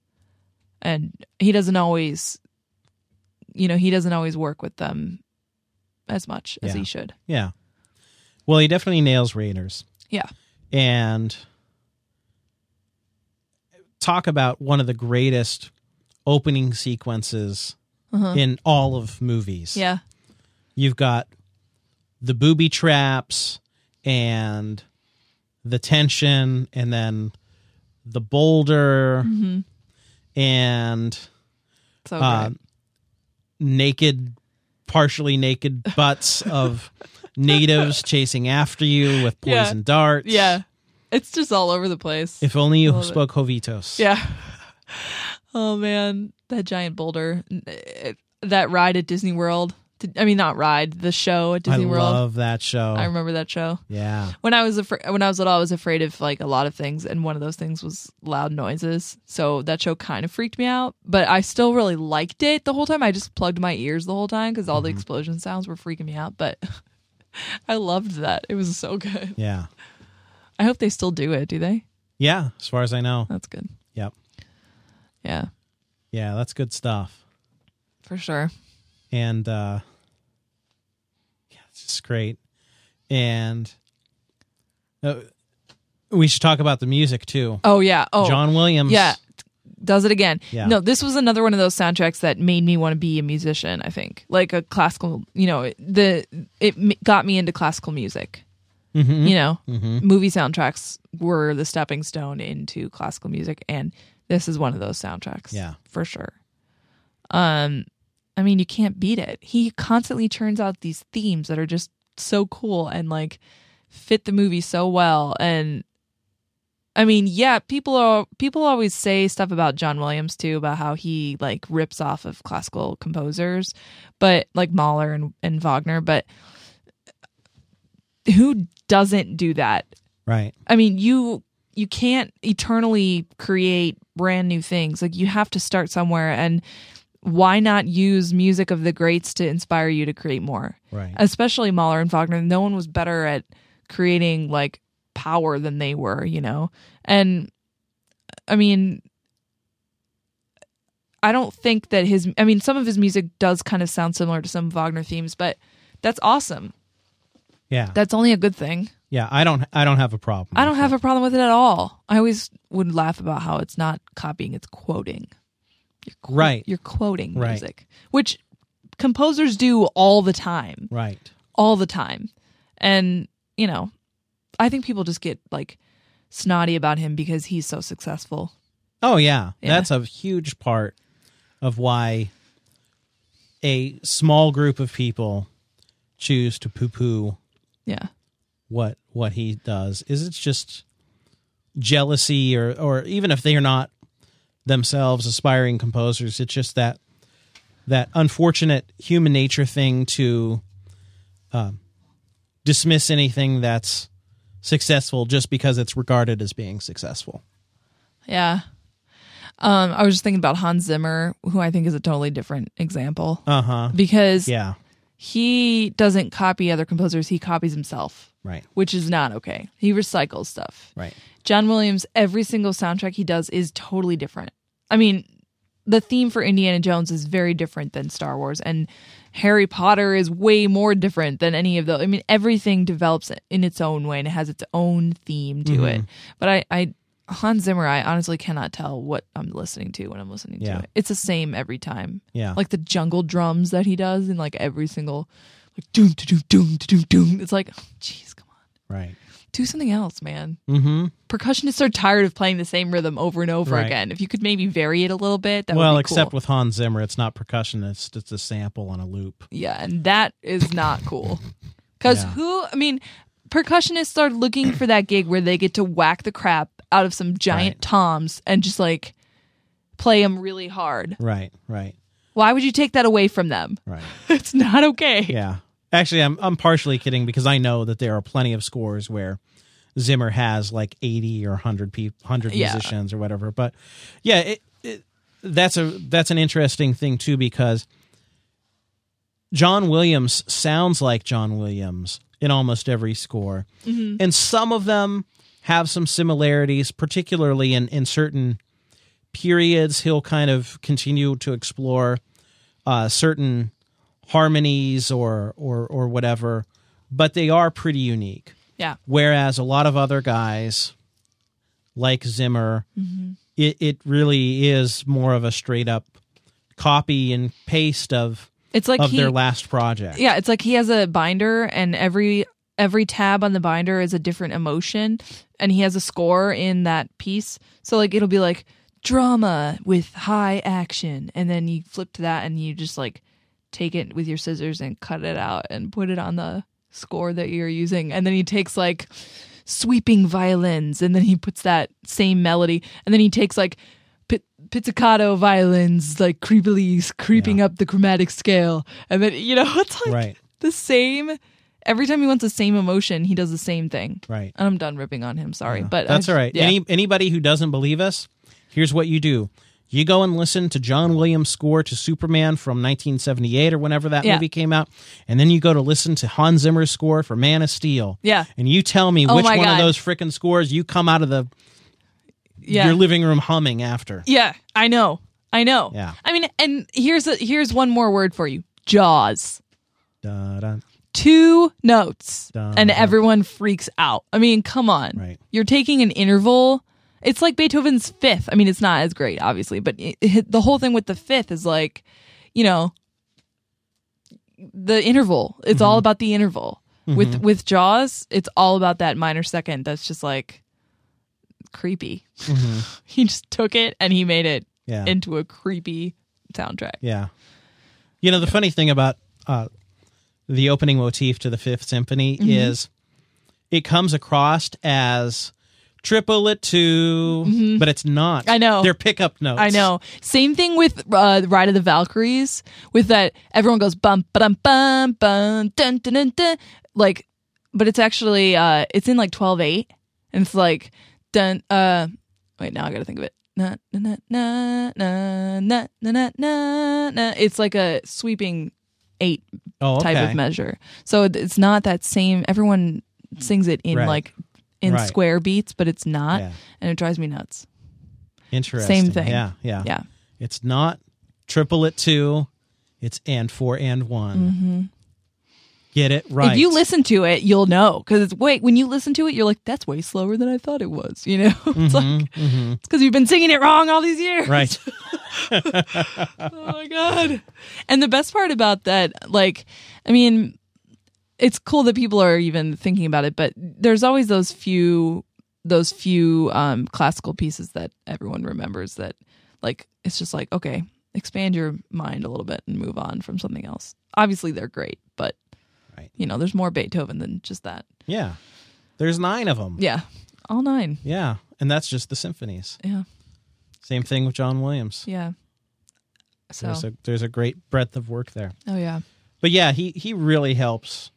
[SPEAKER 2] and he doesn't always, you know, he doesn't always work with them as much as
[SPEAKER 1] Yeah.
[SPEAKER 2] he should.
[SPEAKER 1] yeah. Well, he definitely nails Raiders.
[SPEAKER 2] Yeah.
[SPEAKER 1] and talk about one of the greatest opening sequences
[SPEAKER 2] Uh-huh.
[SPEAKER 1] in all of movies.
[SPEAKER 2] Yeah,
[SPEAKER 1] you've got the booby traps and the tension and then the boulder and
[SPEAKER 2] so
[SPEAKER 1] uh,
[SPEAKER 2] Mm-hmm. Oh, good.
[SPEAKER 1] naked partially naked butts
[SPEAKER 2] <laughs>
[SPEAKER 1] of natives chasing after you with
[SPEAKER 2] Yeah.
[SPEAKER 1] poison darts
[SPEAKER 2] yeah, it's just all over the place.
[SPEAKER 1] if only you
[SPEAKER 2] Love it.
[SPEAKER 1] spoke jovitos
[SPEAKER 2] yeah. <laughs> Oh man, that giant boulder, It- that ride at Disney World. I mean, not ride, the show at
[SPEAKER 1] i
[SPEAKER 2] Disney World.
[SPEAKER 1] love that show
[SPEAKER 2] I remember that show.
[SPEAKER 1] yeah
[SPEAKER 2] when I was afraid, when I was little, I was afraid of like a lot of things, and one of those things was loud noises. So that show kind of freaked me out, but I still really liked it the whole time. I just plugged my ears the whole time because all the explosion sounds were freaking me out. But <laughs> I loved that; it was so good.
[SPEAKER 1] yeah
[SPEAKER 2] I hope they still do it. Do they?
[SPEAKER 1] yeah as far as i know
[SPEAKER 2] That's good.
[SPEAKER 1] yep
[SPEAKER 2] Yeah,
[SPEAKER 1] yeah that's good stuff
[SPEAKER 2] for sure.
[SPEAKER 1] and uh yeah it's just great and uh, we should talk about the music too
[SPEAKER 2] Oh yeah. Oh
[SPEAKER 1] john williams
[SPEAKER 2] yeah. Does it again?
[SPEAKER 1] Yeah.
[SPEAKER 2] No, this was another one of those soundtracks that made me want to be a musician. I think, like a classical, you know, the it m- got me into classical music.
[SPEAKER 1] hmm
[SPEAKER 2] you know
[SPEAKER 1] hmm
[SPEAKER 2] movie soundtracks were the stepping stone into classical music and this is one of those soundtracks
[SPEAKER 1] Yeah.
[SPEAKER 2] for sure um i mean you can't beat it he constantly churns out these themes that are just so cool and like fit the movie so well and i mean yeah people are people always say stuff about john williams too about how he like rips off of classical composers but like mahler and, and wagner but who doesn't do that
[SPEAKER 1] right
[SPEAKER 2] I mean, you you can't eternally create brand new things. Like you have to start somewhere and why not use music of the greats to inspire you to create more?
[SPEAKER 1] right
[SPEAKER 2] Especially Mahler and Wagner. No one was better at creating like power than they were, you know. And I mean I don't think that his I mean some of his music does kind of sound similar to some Wagner themes, but that's awesome.
[SPEAKER 1] yeah
[SPEAKER 2] That's only a good thing.
[SPEAKER 1] yeah i don't i don't have a problem
[SPEAKER 2] I don't have a problem with it at all. I always would laugh about how it's not copying, it's quoting. You're qu-
[SPEAKER 1] Right.
[SPEAKER 2] You're quoting
[SPEAKER 1] Right.
[SPEAKER 2] music, which composers do all the time,
[SPEAKER 1] right
[SPEAKER 2] all the time. And, you know, I think people just get like snotty about him because he's so successful.
[SPEAKER 1] oh yeah.
[SPEAKER 2] Yeah.
[SPEAKER 1] that's a huge part of why a small group of people choose to poo-poo
[SPEAKER 2] Yeah.
[SPEAKER 1] what what he does is it's just jealousy or or even if they are not themselves aspiring composers it's just that that unfortunate human nature thing to um, dismiss anything that's successful just because it's regarded as being successful
[SPEAKER 2] Yeah. Um, I was just thinking about Hans Zimmer, who I think is a totally different example
[SPEAKER 1] uh-huh
[SPEAKER 2] because
[SPEAKER 1] yeah
[SPEAKER 2] he doesn't copy other composers, he copies himself,
[SPEAKER 1] right
[SPEAKER 2] which is not okay. He recycles stuff.
[SPEAKER 1] right
[SPEAKER 2] John Williams, every single soundtrack he does is totally different. I mean, the theme for Indiana Jones is very different than Star Wars, and Harry Potter is way more different than any of those. I mean, everything develops in its own way and it has its own theme
[SPEAKER 1] Mm-hmm.
[SPEAKER 2] to it. But I, I, Hans Zimmer, I honestly cannot tell what I'm listening to when I'm listening
[SPEAKER 1] Yeah.
[SPEAKER 2] to it. It's the same every time.
[SPEAKER 1] Yeah.
[SPEAKER 2] Like the jungle drums that he does in like every single, like, doom, doom, doom, doom, doom. It's like, jeez, come on.
[SPEAKER 1] right
[SPEAKER 2] Do something else, man
[SPEAKER 1] mm-hmm
[SPEAKER 2] percussionists are tired of playing the same rhythm over and over
[SPEAKER 1] Right.
[SPEAKER 2] again. If you could maybe vary it a little bit, that
[SPEAKER 1] well
[SPEAKER 2] would be
[SPEAKER 1] except
[SPEAKER 2] cool.
[SPEAKER 1] with hans zimmer it's not percussion it's just a sample on a loop
[SPEAKER 2] yeah, and that is not
[SPEAKER 1] <laughs>
[SPEAKER 2] cool. Because
[SPEAKER 1] Yeah.
[SPEAKER 2] who? I mean, percussionists are looking for that gig where they get to whack the crap out of some giant
[SPEAKER 1] Right.
[SPEAKER 2] toms and just like play them really hard.
[SPEAKER 1] right right
[SPEAKER 2] Why would you take that away from them? <laughs>
[SPEAKER 1] right
[SPEAKER 2] it's not <laughs> okay.
[SPEAKER 1] Yeah. Actually, I'm I'm partially kidding because I know that there are plenty of scores where Zimmer has like 80 or 100 people 100
[SPEAKER 2] Yeah.
[SPEAKER 1] musicians or whatever. But yeah, it, it that's a that's an interesting thing too because John Williams sounds like John Williams in almost every score. And some of them have some similarities, particularly in in certain periods he'll kind of continue to explore uh, certain harmonies or or or whatever, but they are pretty unique.
[SPEAKER 2] Yeah.
[SPEAKER 1] Whereas a lot of other guys, like Zimmer,
[SPEAKER 2] Mm-hmm.
[SPEAKER 1] it it really is more of a straight up copy and paste of
[SPEAKER 2] It's like
[SPEAKER 1] of
[SPEAKER 2] he,
[SPEAKER 1] their last project.
[SPEAKER 2] yeah it's like he has a binder and every every tab on the binder is a different emotion and he has a score in that piece so like it'll be like drama with high action and then you flip to that and you just like take it with your scissors and cut it out and put it on the score that you're using and then he takes like sweeping violins and then he puts that same melody and then he takes like pit- pizzicato violins like creepily creeping up the chromatic scale and then you know <laughs> it's like
[SPEAKER 1] Right.
[SPEAKER 2] the same every time he wants the same emotion he does the same thing
[SPEAKER 1] Right.
[SPEAKER 2] and i'm done ripping on him sorry but
[SPEAKER 1] That's
[SPEAKER 2] I-
[SPEAKER 1] all right.
[SPEAKER 2] Uh, yeah.
[SPEAKER 1] Any anybody who doesn't believe us, here's what you do. You go and listen to John Williams' score to Superman from 1978 or whenever that
[SPEAKER 2] Yeah.
[SPEAKER 1] movie came out, and then you go to listen to Hans Zimmer's score for Man of Steel.
[SPEAKER 2] yeah
[SPEAKER 1] And you tell me
[SPEAKER 2] Oh
[SPEAKER 1] which
[SPEAKER 2] my
[SPEAKER 1] one of
[SPEAKER 2] God.
[SPEAKER 1] those frickin' scores you come out of the
[SPEAKER 2] yeah
[SPEAKER 1] your living room humming after.
[SPEAKER 2] yeah i know i know
[SPEAKER 1] Yeah.
[SPEAKER 2] i mean and here's a, here's one more word for you jaws
[SPEAKER 1] Da, da,
[SPEAKER 2] two notes
[SPEAKER 1] Dun,
[SPEAKER 2] and
[SPEAKER 1] dun.
[SPEAKER 2] everyone freaks out. I mean, come on.
[SPEAKER 1] Right.
[SPEAKER 2] You're taking an interval. It's like Beethoven's fifth. I mean, it's not as great, obviously, but it, it- the whole thing with the fifth is like, you know, the interval. It's
[SPEAKER 1] Mm-hmm.
[SPEAKER 2] all about the interval. With with Jaws, it's all about that minor second that's just like creepy. <laughs> he just took it and he made it
[SPEAKER 1] Mm-hmm. Yeah.
[SPEAKER 2] into a creepy soundtrack.
[SPEAKER 1] Yeah. You know, the funny thing about uh, the opening motif to the Fifth Symphony
[SPEAKER 2] Mm-hmm.
[SPEAKER 1] is it comes across as triple at 2 but it's not.
[SPEAKER 2] Mm-hmm. I know.
[SPEAKER 1] They're pickup notes.
[SPEAKER 2] I know. Same thing with uh, Ride of the Valkyries, with that everyone goes bum bum bum bum dun dun dun dun, like, but it's actually uh, it's in like twelve eight, and it's like dun uh, wait now I gotta think of it. Na na na na na na na na na. na. It's like a sweeping eight
[SPEAKER 1] Oh, okay.
[SPEAKER 2] type of measure. So it- it's not that same. Everyone sings it in
[SPEAKER 1] Right.
[SPEAKER 2] like in
[SPEAKER 1] Right.
[SPEAKER 2] square beats, but it's not,
[SPEAKER 1] Yeah.
[SPEAKER 2] and it drives me nuts.
[SPEAKER 1] Interesting.
[SPEAKER 2] thing.
[SPEAKER 1] Yeah, yeah.
[SPEAKER 2] Yeah.
[SPEAKER 1] It's not triple at 2, it's and 4 and one Get it right.
[SPEAKER 2] Mm-hmm. If you listen to it, you'll know because it's wait. When you listen to it, you're like, "That's way slower than I thought it was." You know, <laughs> it's like it's because you've been singing it wrong all these
[SPEAKER 1] <laughs>
[SPEAKER 2] years.
[SPEAKER 1] Mm-hmm, Right.
[SPEAKER 2] Oh my god! And the best part about that, like, I mean, it's cool that people are even thinking about it, but there's always those few, those few um, classical pieces that everyone remembers. That, like, it's just like, okay, expand your mind a little bit and move on from something else. Obviously, they're great, but
[SPEAKER 1] Right.
[SPEAKER 2] you know, there's more Beethoven than just that.
[SPEAKER 1] Yeah. There's nine of them.
[SPEAKER 2] Yeah. All nine.
[SPEAKER 1] Yeah. And that's just the symphonies.
[SPEAKER 2] Yeah.
[SPEAKER 1] Same thing with John Williams.
[SPEAKER 2] Yeah. So,
[SPEAKER 1] There's a there's a great breadth of work there.
[SPEAKER 2] oh yeah.
[SPEAKER 1] But yeah, he he really helps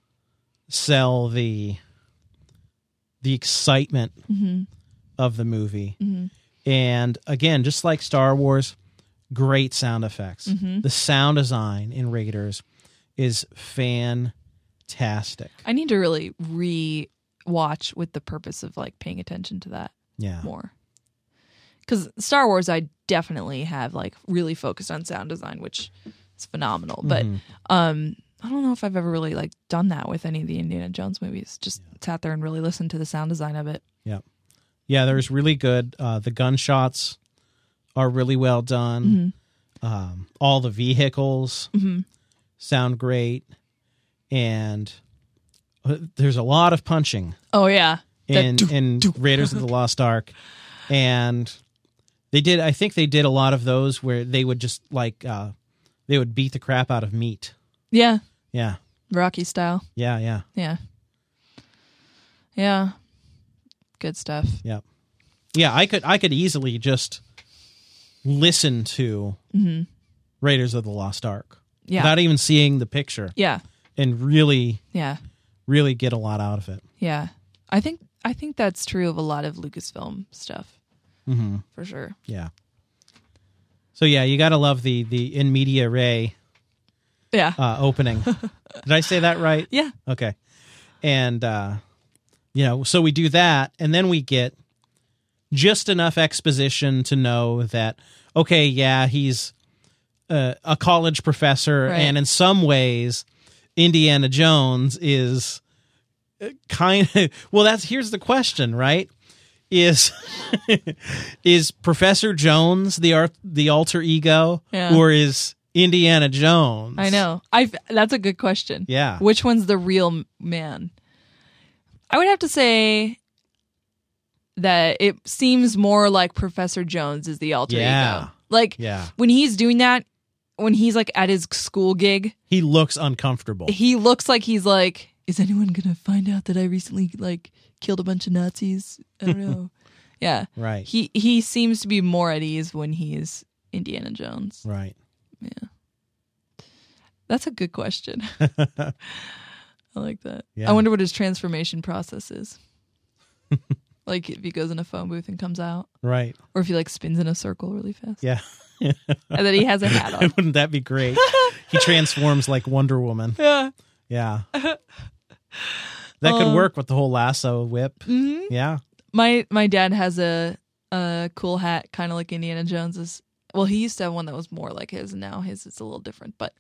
[SPEAKER 1] sell the the excitement
[SPEAKER 2] Mm-hmm.
[SPEAKER 1] of the movie. And again, just like Star Wars, great sound effects.
[SPEAKER 2] Mm-hmm.
[SPEAKER 1] The sound design in Raiders is fantastic.
[SPEAKER 2] I need to really re watch with the purpose of like paying attention to that
[SPEAKER 1] Yeah.
[SPEAKER 2] more. Because Star Wars, I definitely have like really focused on sound design, which is phenomenal.
[SPEAKER 1] Mm-hmm.
[SPEAKER 2] But um, I don't know if I've ever really like done that with any of the Indiana Jones movies. Just sat there and really listened to the sound design of it.
[SPEAKER 1] Yeah. Yeah, there's really good uh the gunshots are really well done.
[SPEAKER 2] Mm-hmm.
[SPEAKER 1] Um all the vehicles sound great and uh, there's a lot of punching
[SPEAKER 2] Oh yeah, That
[SPEAKER 1] in
[SPEAKER 2] doo-
[SPEAKER 1] in Raiders of the Lost Ark, and they did. I think they did a lot of those where they would just like uh, they would beat the crap out of meat.
[SPEAKER 2] yeah,
[SPEAKER 1] Yeah,
[SPEAKER 2] Rocky style.
[SPEAKER 1] yeah, yeah,
[SPEAKER 2] Yeah, yeah, good stuff.
[SPEAKER 1] yeah, yeah. I could I could easily just listen to Raiders of the Lost Ark
[SPEAKER 2] Yeah,
[SPEAKER 1] without even seeing the picture
[SPEAKER 2] yeah,
[SPEAKER 1] and really
[SPEAKER 2] yeah.
[SPEAKER 1] really get a lot out of it.
[SPEAKER 2] Yeah. I think I think that's true of a lot of Lucasfilm stuff. Mm-hmm. For sure.
[SPEAKER 1] Yeah. So yeah, you gotta love the the in media ray
[SPEAKER 2] Yeah.
[SPEAKER 1] uh, opening. did I say that right?
[SPEAKER 2] yeah.
[SPEAKER 1] Okay. And uh you know, so we do that and then we get just enough exposition to know that okay, yeah, he's a, a college professor
[SPEAKER 2] Right.
[SPEAKER 1] and in some ways Indiana Jones is uh, kind of <laughs> well that's here's the question, right? Is <laughs> is Professor Jones the art, the alter ego
[SPEAKER 2] Yeah.
[SPEAKER 1] or is Indiana Jones?
[SPEAKER 2] I know. I that's a good question.
[SPEAKER 1] Yeah.
[SPEAKER 2] Which one's the real m- man? I would have to say that it seems more like Professor Jones is the alter
[SPEAKER 1] Yeah.
[SPEAKER 2] ego. Like
[SPEAKER 1] Yeah.
[SPEAKER 2] when he's doing that, when he's like at his school gig,
[SPEAKER 1] He looks uncomfortable.
[SPEAKER 2] he looks like he's like, is anyone gonna find out that I recently like killed a bunch of Nazis? I don't
[SPEAKER 1] <laughs>
[SPEAKER 2] know. yeah,
[SPEAKER 1] Right.
[SPEAKER 2] he he seems to be more at ease when he's Indiana Jones.
[SPEAKER 1] Right.
[SPEAKER 2] That's a good question. <laughs> I like that.
[SPEAKER 1] Yeah.
[SPEAKER 2] I wonder what his transformation process
[SPEAKER 1] <laughs>
[SPEAKER 2] is. like if he goes in a phone booth and comes out,
[SPEAKER 1] Right. <laughs>
[SPEAKER 2] or if he like spins in a circle really fast,
[SPEAKER 1] Yeah.
[SPEAKER 2] and then he has a
[SPEAKER 1] <laughs>
[SPEAKER 2] hat on.
[SPEAKER 1] Wouldn't that be
[SPEAKER 2] <laughs>
[SPEAKER 1] great? he transforms like Wonder Woman.
[SPEAKER 2] yeah,
[SPEAKER 1] Yeah. That could
[SPEAKER 2] Um,
[SPEAKER 1] work with the whole lasso whip.
[SPEAKER 2] Hmm? Mm-hmm.
[SPEAKER 1] Yeah.
[SPEAKER 2] my my dad has a a cool hat, kind of like Indiana Jones's. Well, he used to have one that was more like his, and now his is a little different. But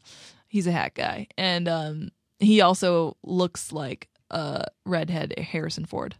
[SPEAKER 2] he's a hat guy, and um, he also looks like a redhead Harrison Ford.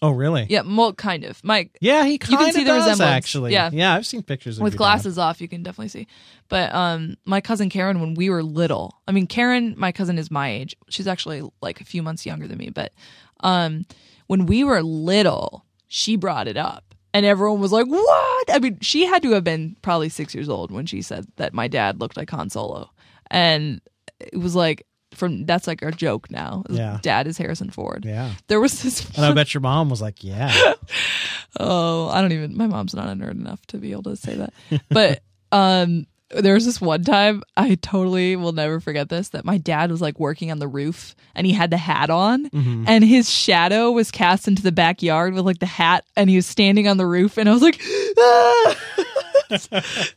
[SPEAKER 1] Oh, really?
[SPEAKER 2] Yeah, well, kind of. Mike
[SPEAKER 1] Yeah, he kind
[SPEAKER 2] can
[SPEAKER 1] of
[SPEAKER 2] see the
[SPEAKER 1] does
[SPEAKER 2] resemblance.
[SPEAKER 1] actually.
[SPEAKER 2] Yeah.
[SPEAKER 1] Yeah, I've seen pictures of
[SPEAKER 2] with
[SPEAKER 1] your dad.
[SPEAKER 2] glasses off, you can definitely see. But um, my cousin Karen, when we were little, I mean, Karen, my cousin is my age. She's actually like a few months younger than me. But um, when we were little, she brought it up, and everyone was like, "What?" I mean, she had to have been probably six years old when she said that my dad looked like Han Solo, and it was like from that's like our joke now.
[SPEAKER 1] Yeah.
[SPEAKER 2] Dad is Harrison Ford. <laughs>
[SPEAKER 1] Yeah.
[SPEAKER 2] There was this.
[SPEAKER 1] And I bet your mom was like, "Yeah,
[SPEAKER 2] Oh, I don't even. My mom's not a nerd enough to be able to say that. But um, there was this one time I totally will never forget this. That my dad was like working on the roof and he had the hat on,
[SPEAKER 1] Mm-hmm.
[SPEAKER 2] and his shadow was cast into the backyard with like the hat, and he was standing on the roof, and I was like, ah! <laughs> it's,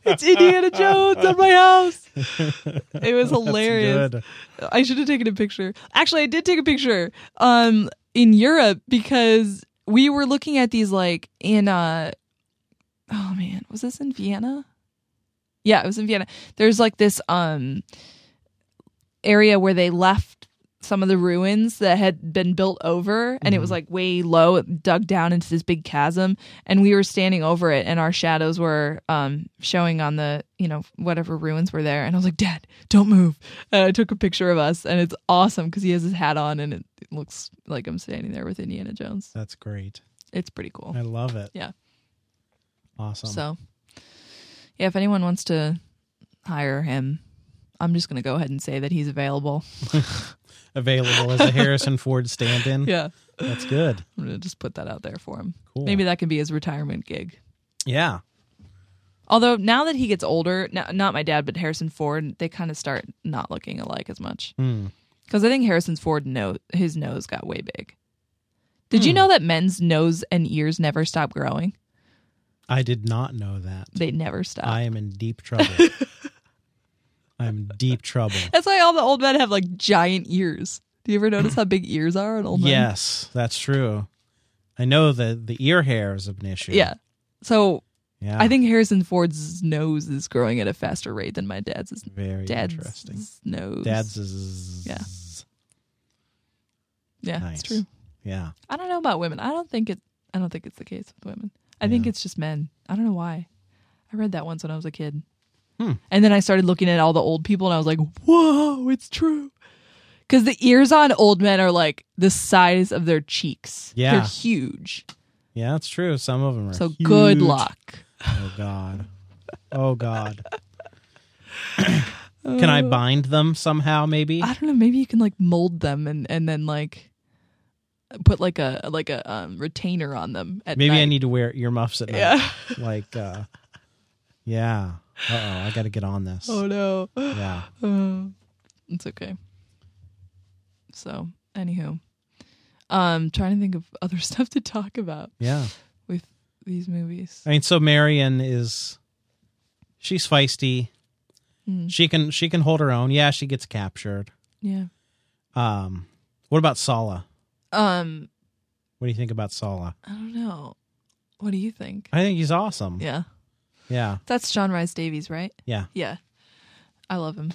[SPEAKER 2] it's Indiana Jones at my house. It was hilarious.
[SPEAKER 1] good."
[SPEAKER 2] I should have taken a picture. Actually, I did take a picture um in Europe because we were looking at these like in uh oh man, was this in Vienna? Yeah, it was in Vienna. There's like this um area where they left some of the ruins that had been built over and it was like way low it dug down into this big chasm and we were standing over it and our shadows were um showing on the you know whatever ruins were there and i was like dad don't move and i took a picture of us and it's awesome because he has his hat on and it, it looks like i'm standing there with indiana jones
[SPEAKER 1] That's great.
[SPEAKER 2] it's pretty cool
[SPEAKER 1] I love it.
[SPEAKER 2] Yeah.
[SPEAKER 1] Awesome.
[SPEAKER 2] so yeah if anyone wants to hire him I'm just going to go ahead and say that
[SPEAKER 1] <laughs>
[SPEAKER 2] he's available.
[SPEAKER 1] Available as a Harrison Ford stand in.
[SPEAKER 2] <laughs> Yeah.
[SPEAKER 1] That's good.
[SPEAKER 2] I'm going to just put that out there for him.
[SPEAKER 1] Cool.
[SPEAKER 2] Maybe that can be his retirement gig.
[SPEAKER 1] Yeah.
[SPEAKER 2] Although now that he gets older, no, not my dad, but Harrison Ford, they kind of start not looking alike as much.
[SPEAKER 1] Hmm.
[SPEAKER 2] Because I think Harrison Ford nose, his nose got way big. Did
[SPEAKER 1] Hmm.
[SPEAKER 2] you know that men's nose and ears never stop growing?
[SPEAKER 1] I did not know that.
[SPEAKER 2] They never stop.
[SPEAKER 1] I am in deep
[SPEAKER 2] <laughs>
[SPEAKER 1] trouble. I'm deep trouble.
[SPEAKER 2] That's why all the old men have like giant ears. Do you ever notice how big ears are in old men?
[SPEAKER 1] Yes, that's true. I know the the ear hair is an issue.
[SPEAKER 2] Yeah. So
[SPEAKER 1] Yeah.
[SPEAKER 2] I think Harrison Ford's nose is growing at a faster rate than my dad's. His
[SPEAKER 1] very
[SPEAKER 2] dad's
[SPEAKER 1] interesting.
[SPEAKER 2] nose.
[SPEAKER 1] Dad's is
[SPEAKER 2] Yeah. yeah,
[SPEAKER 1] nice.
[SPEAKER 2] it's true.
[SPEAKER 1] Yeah.
[SPEAKER 2] I don't know about women. I don't think it. I don't think it's the case with women. I think it's just men. I don't know why. I read that once when I was a kid,
[SPEAKER 1] Hmm.
[SPEAKER 2] and then I started looking at all the old people, and I was like, "Whoa, it's true." Because the ears on old men are like the size of their cheeks.
[SPEAKER 1] Yeah.
[SPEAKER 2] they're huge.
[SPEAKER 1] Yeah, that's true. Some of them are
[SPEAKER 2] So good
[SPEAKER 1] huge.
[SPEAKER 2] luck.
[SPEAKER 1] Oh god. Oh
[SPEAKER 2] <laughs>
[SPEAKER 1] god. Can I bind them somehow maybe?
[SPEAKER 2] I don't know. Maybe you can like mold them and and then like put like a like a um, retainer on them. At
[SPEAKER 1] Maybe I
[SPEAKER 2] night.
[SPEAKER 1] need to wear earmuffs at night.
[SPEAKER 2] Yeah.
[SPEAKER 1] Like uh Yeah. Uh oh, I gotta get on
[SPEAKER 2] <laughs>
[SPEAKER 1] this.
[SPEAKER 2] <laughs> Oh no. <sighs>
[SPEAKER 1] Yeah.
[SPEAKER 2] Uh, it's okay. So, anywho, um, trying to think of other <laughs> stuff to talk about
[SPEAKER 1] Yeah.
[SPEAKER 2] with these movies.
[SPEAKER 1] I mean, so Marion is she's feisty.
[SPEAKER 2] Hmm.
[SPEAKER 1] She can she can hold her own. Yeah, she gets captured.
[SPEAKER 2] Yeah.
[SPEAKER 1] Um, what about Sala?
[SPEAKER 2] Um,
[SPEAKER 1] What do you think about Sala?
[SPEAKER 2] I don't know. What do you think?
[SPEAKER 1] I think he's awesome.
[SPEAKER 2] Yeah,
[SPEAKER 1] yeah,
[SPEAKER 2] that's John Rhys Davies, right?
[SPEAKER 1] yeah.
[SPEAKER 2] Yeah, I love him.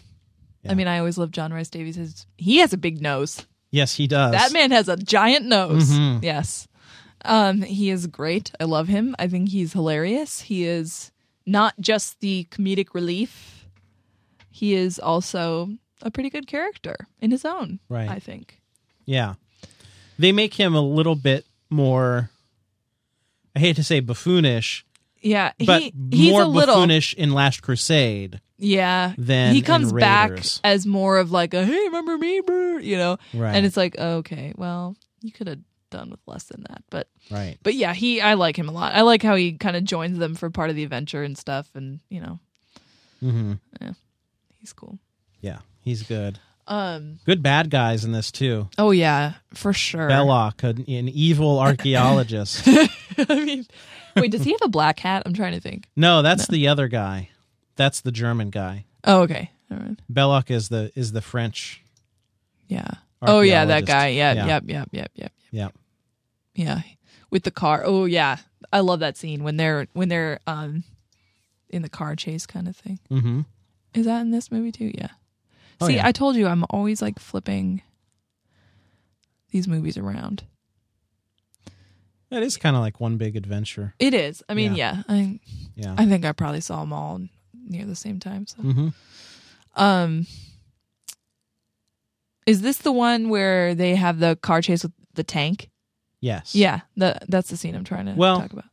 [SPEAKER 1] Yeah.
[SPEAKER 2] I mean, I always love John Rhys Davies. His, he has a big nose.
[SPEAKER 1] Yes, he does.
[SPEAKER 2] That man has a giant nose.
[SPEAKER 1] Mhm.
[SPEAKER 2] Yes. Um, he is great. I love him. I think he's hilarious. He is not just the comedic relief, he is also a pretty good character in his own,
[SPEAKER 1] Right.
[SPEAKER 2] I think.
[SPEAKER 1] Yeah, they make him a little bit more. I hate to say buffoonish,
[SPEAKER 2] Yeah,
[SPEAKER 1] but
[SPEAKER 2] he, he's
[SPEAKER 1] more
[SPEAKER 2] a little.
[SPEAKER 1] buffoonish in Last Crusade.
[SPEAKER 2] Yeah,
[SPEAKER 1] than
[SPEAKER 2] he
[SPEAKER 1] in
[SPEAKER 2] comes back
[SPEAKER 1] Raiders.
[SPEAKER 2] as more of like a hey, remember me, brr," you know,
[SPEAKER 1] Right.
[SPEAKER 2] and it's like okay, well, you could have done with less than that, but
[SPEAKER 1] Right.
[SPEAKER 2] but yeah, he I like him a lot. I like how he kind of joins them for part of the adventure and stuff, and you know,
[SPEAKER 1] hmm
[SPEAKER 2] he's cool.
[SPEAKER 1] Yeah, he's good.
[SPEAKER 2] Um.
[SPEAKER 1] Good bad guys in this too.
[SPEAKER 2] Oh yeah, for sure.
[SPEAKER 1] Belloc, an, an evil archaeologist.
[SPEAKER 2] <laughs> I mean, wait, does he have a black hat? I'm trying to think.
[SPEAKER 1] no, that's the other guy. That's the German guy.
[SPEAKER 2] Oh okay, all right.
[SPEAKER 1] Belloc is the is the French.
[SPEAKER 2] Yeah. Oh yeah, that
[SPEAKER 1] Archaeologist.
[SPEAKER 2] guy. Yeah,
[SPEAKER 1] Yeah.
[SPEAKER 2] Yep. Yep. Yep. Yep.
[SPEAKER 1] Yeah.
[SPEAKER 2] Yeah. With the car. Oh yeah, I love that scene when they're when they're um in the car chase kind of thing.
[SPEAKER 1] Mm-hmm.
[SPEAKER 2] Is that in this movie too? Yeah.
[SPEAKER 1] Oh,
[SPEAKER 2] See,
[SPEAKER 1] yeah.
[SPEAKER 2] I told you I'm always like flipping these movies around.
[SPEAKER 1] That is kind of like one big adventure.
[SPEAKER 2] It is. I mean, yeah.
[SPEAKER 1] Yeah.
[SPEAKER 2] I
[SPEAKER 1] Yeah.
[SPEAKER 2] I think I probably saw them all near the same time. So,
[SPEAKER 1] mm-hmm.
[SPEAKER 2] um, is this the one where they have the car chase with the tank?
[SPEAKER 1] Yes.
[SPEAKER 2] Yeah, the, that's the scene I'm trying to
[SPEAKER 1] Well-
[SPEAKER 2] talk about.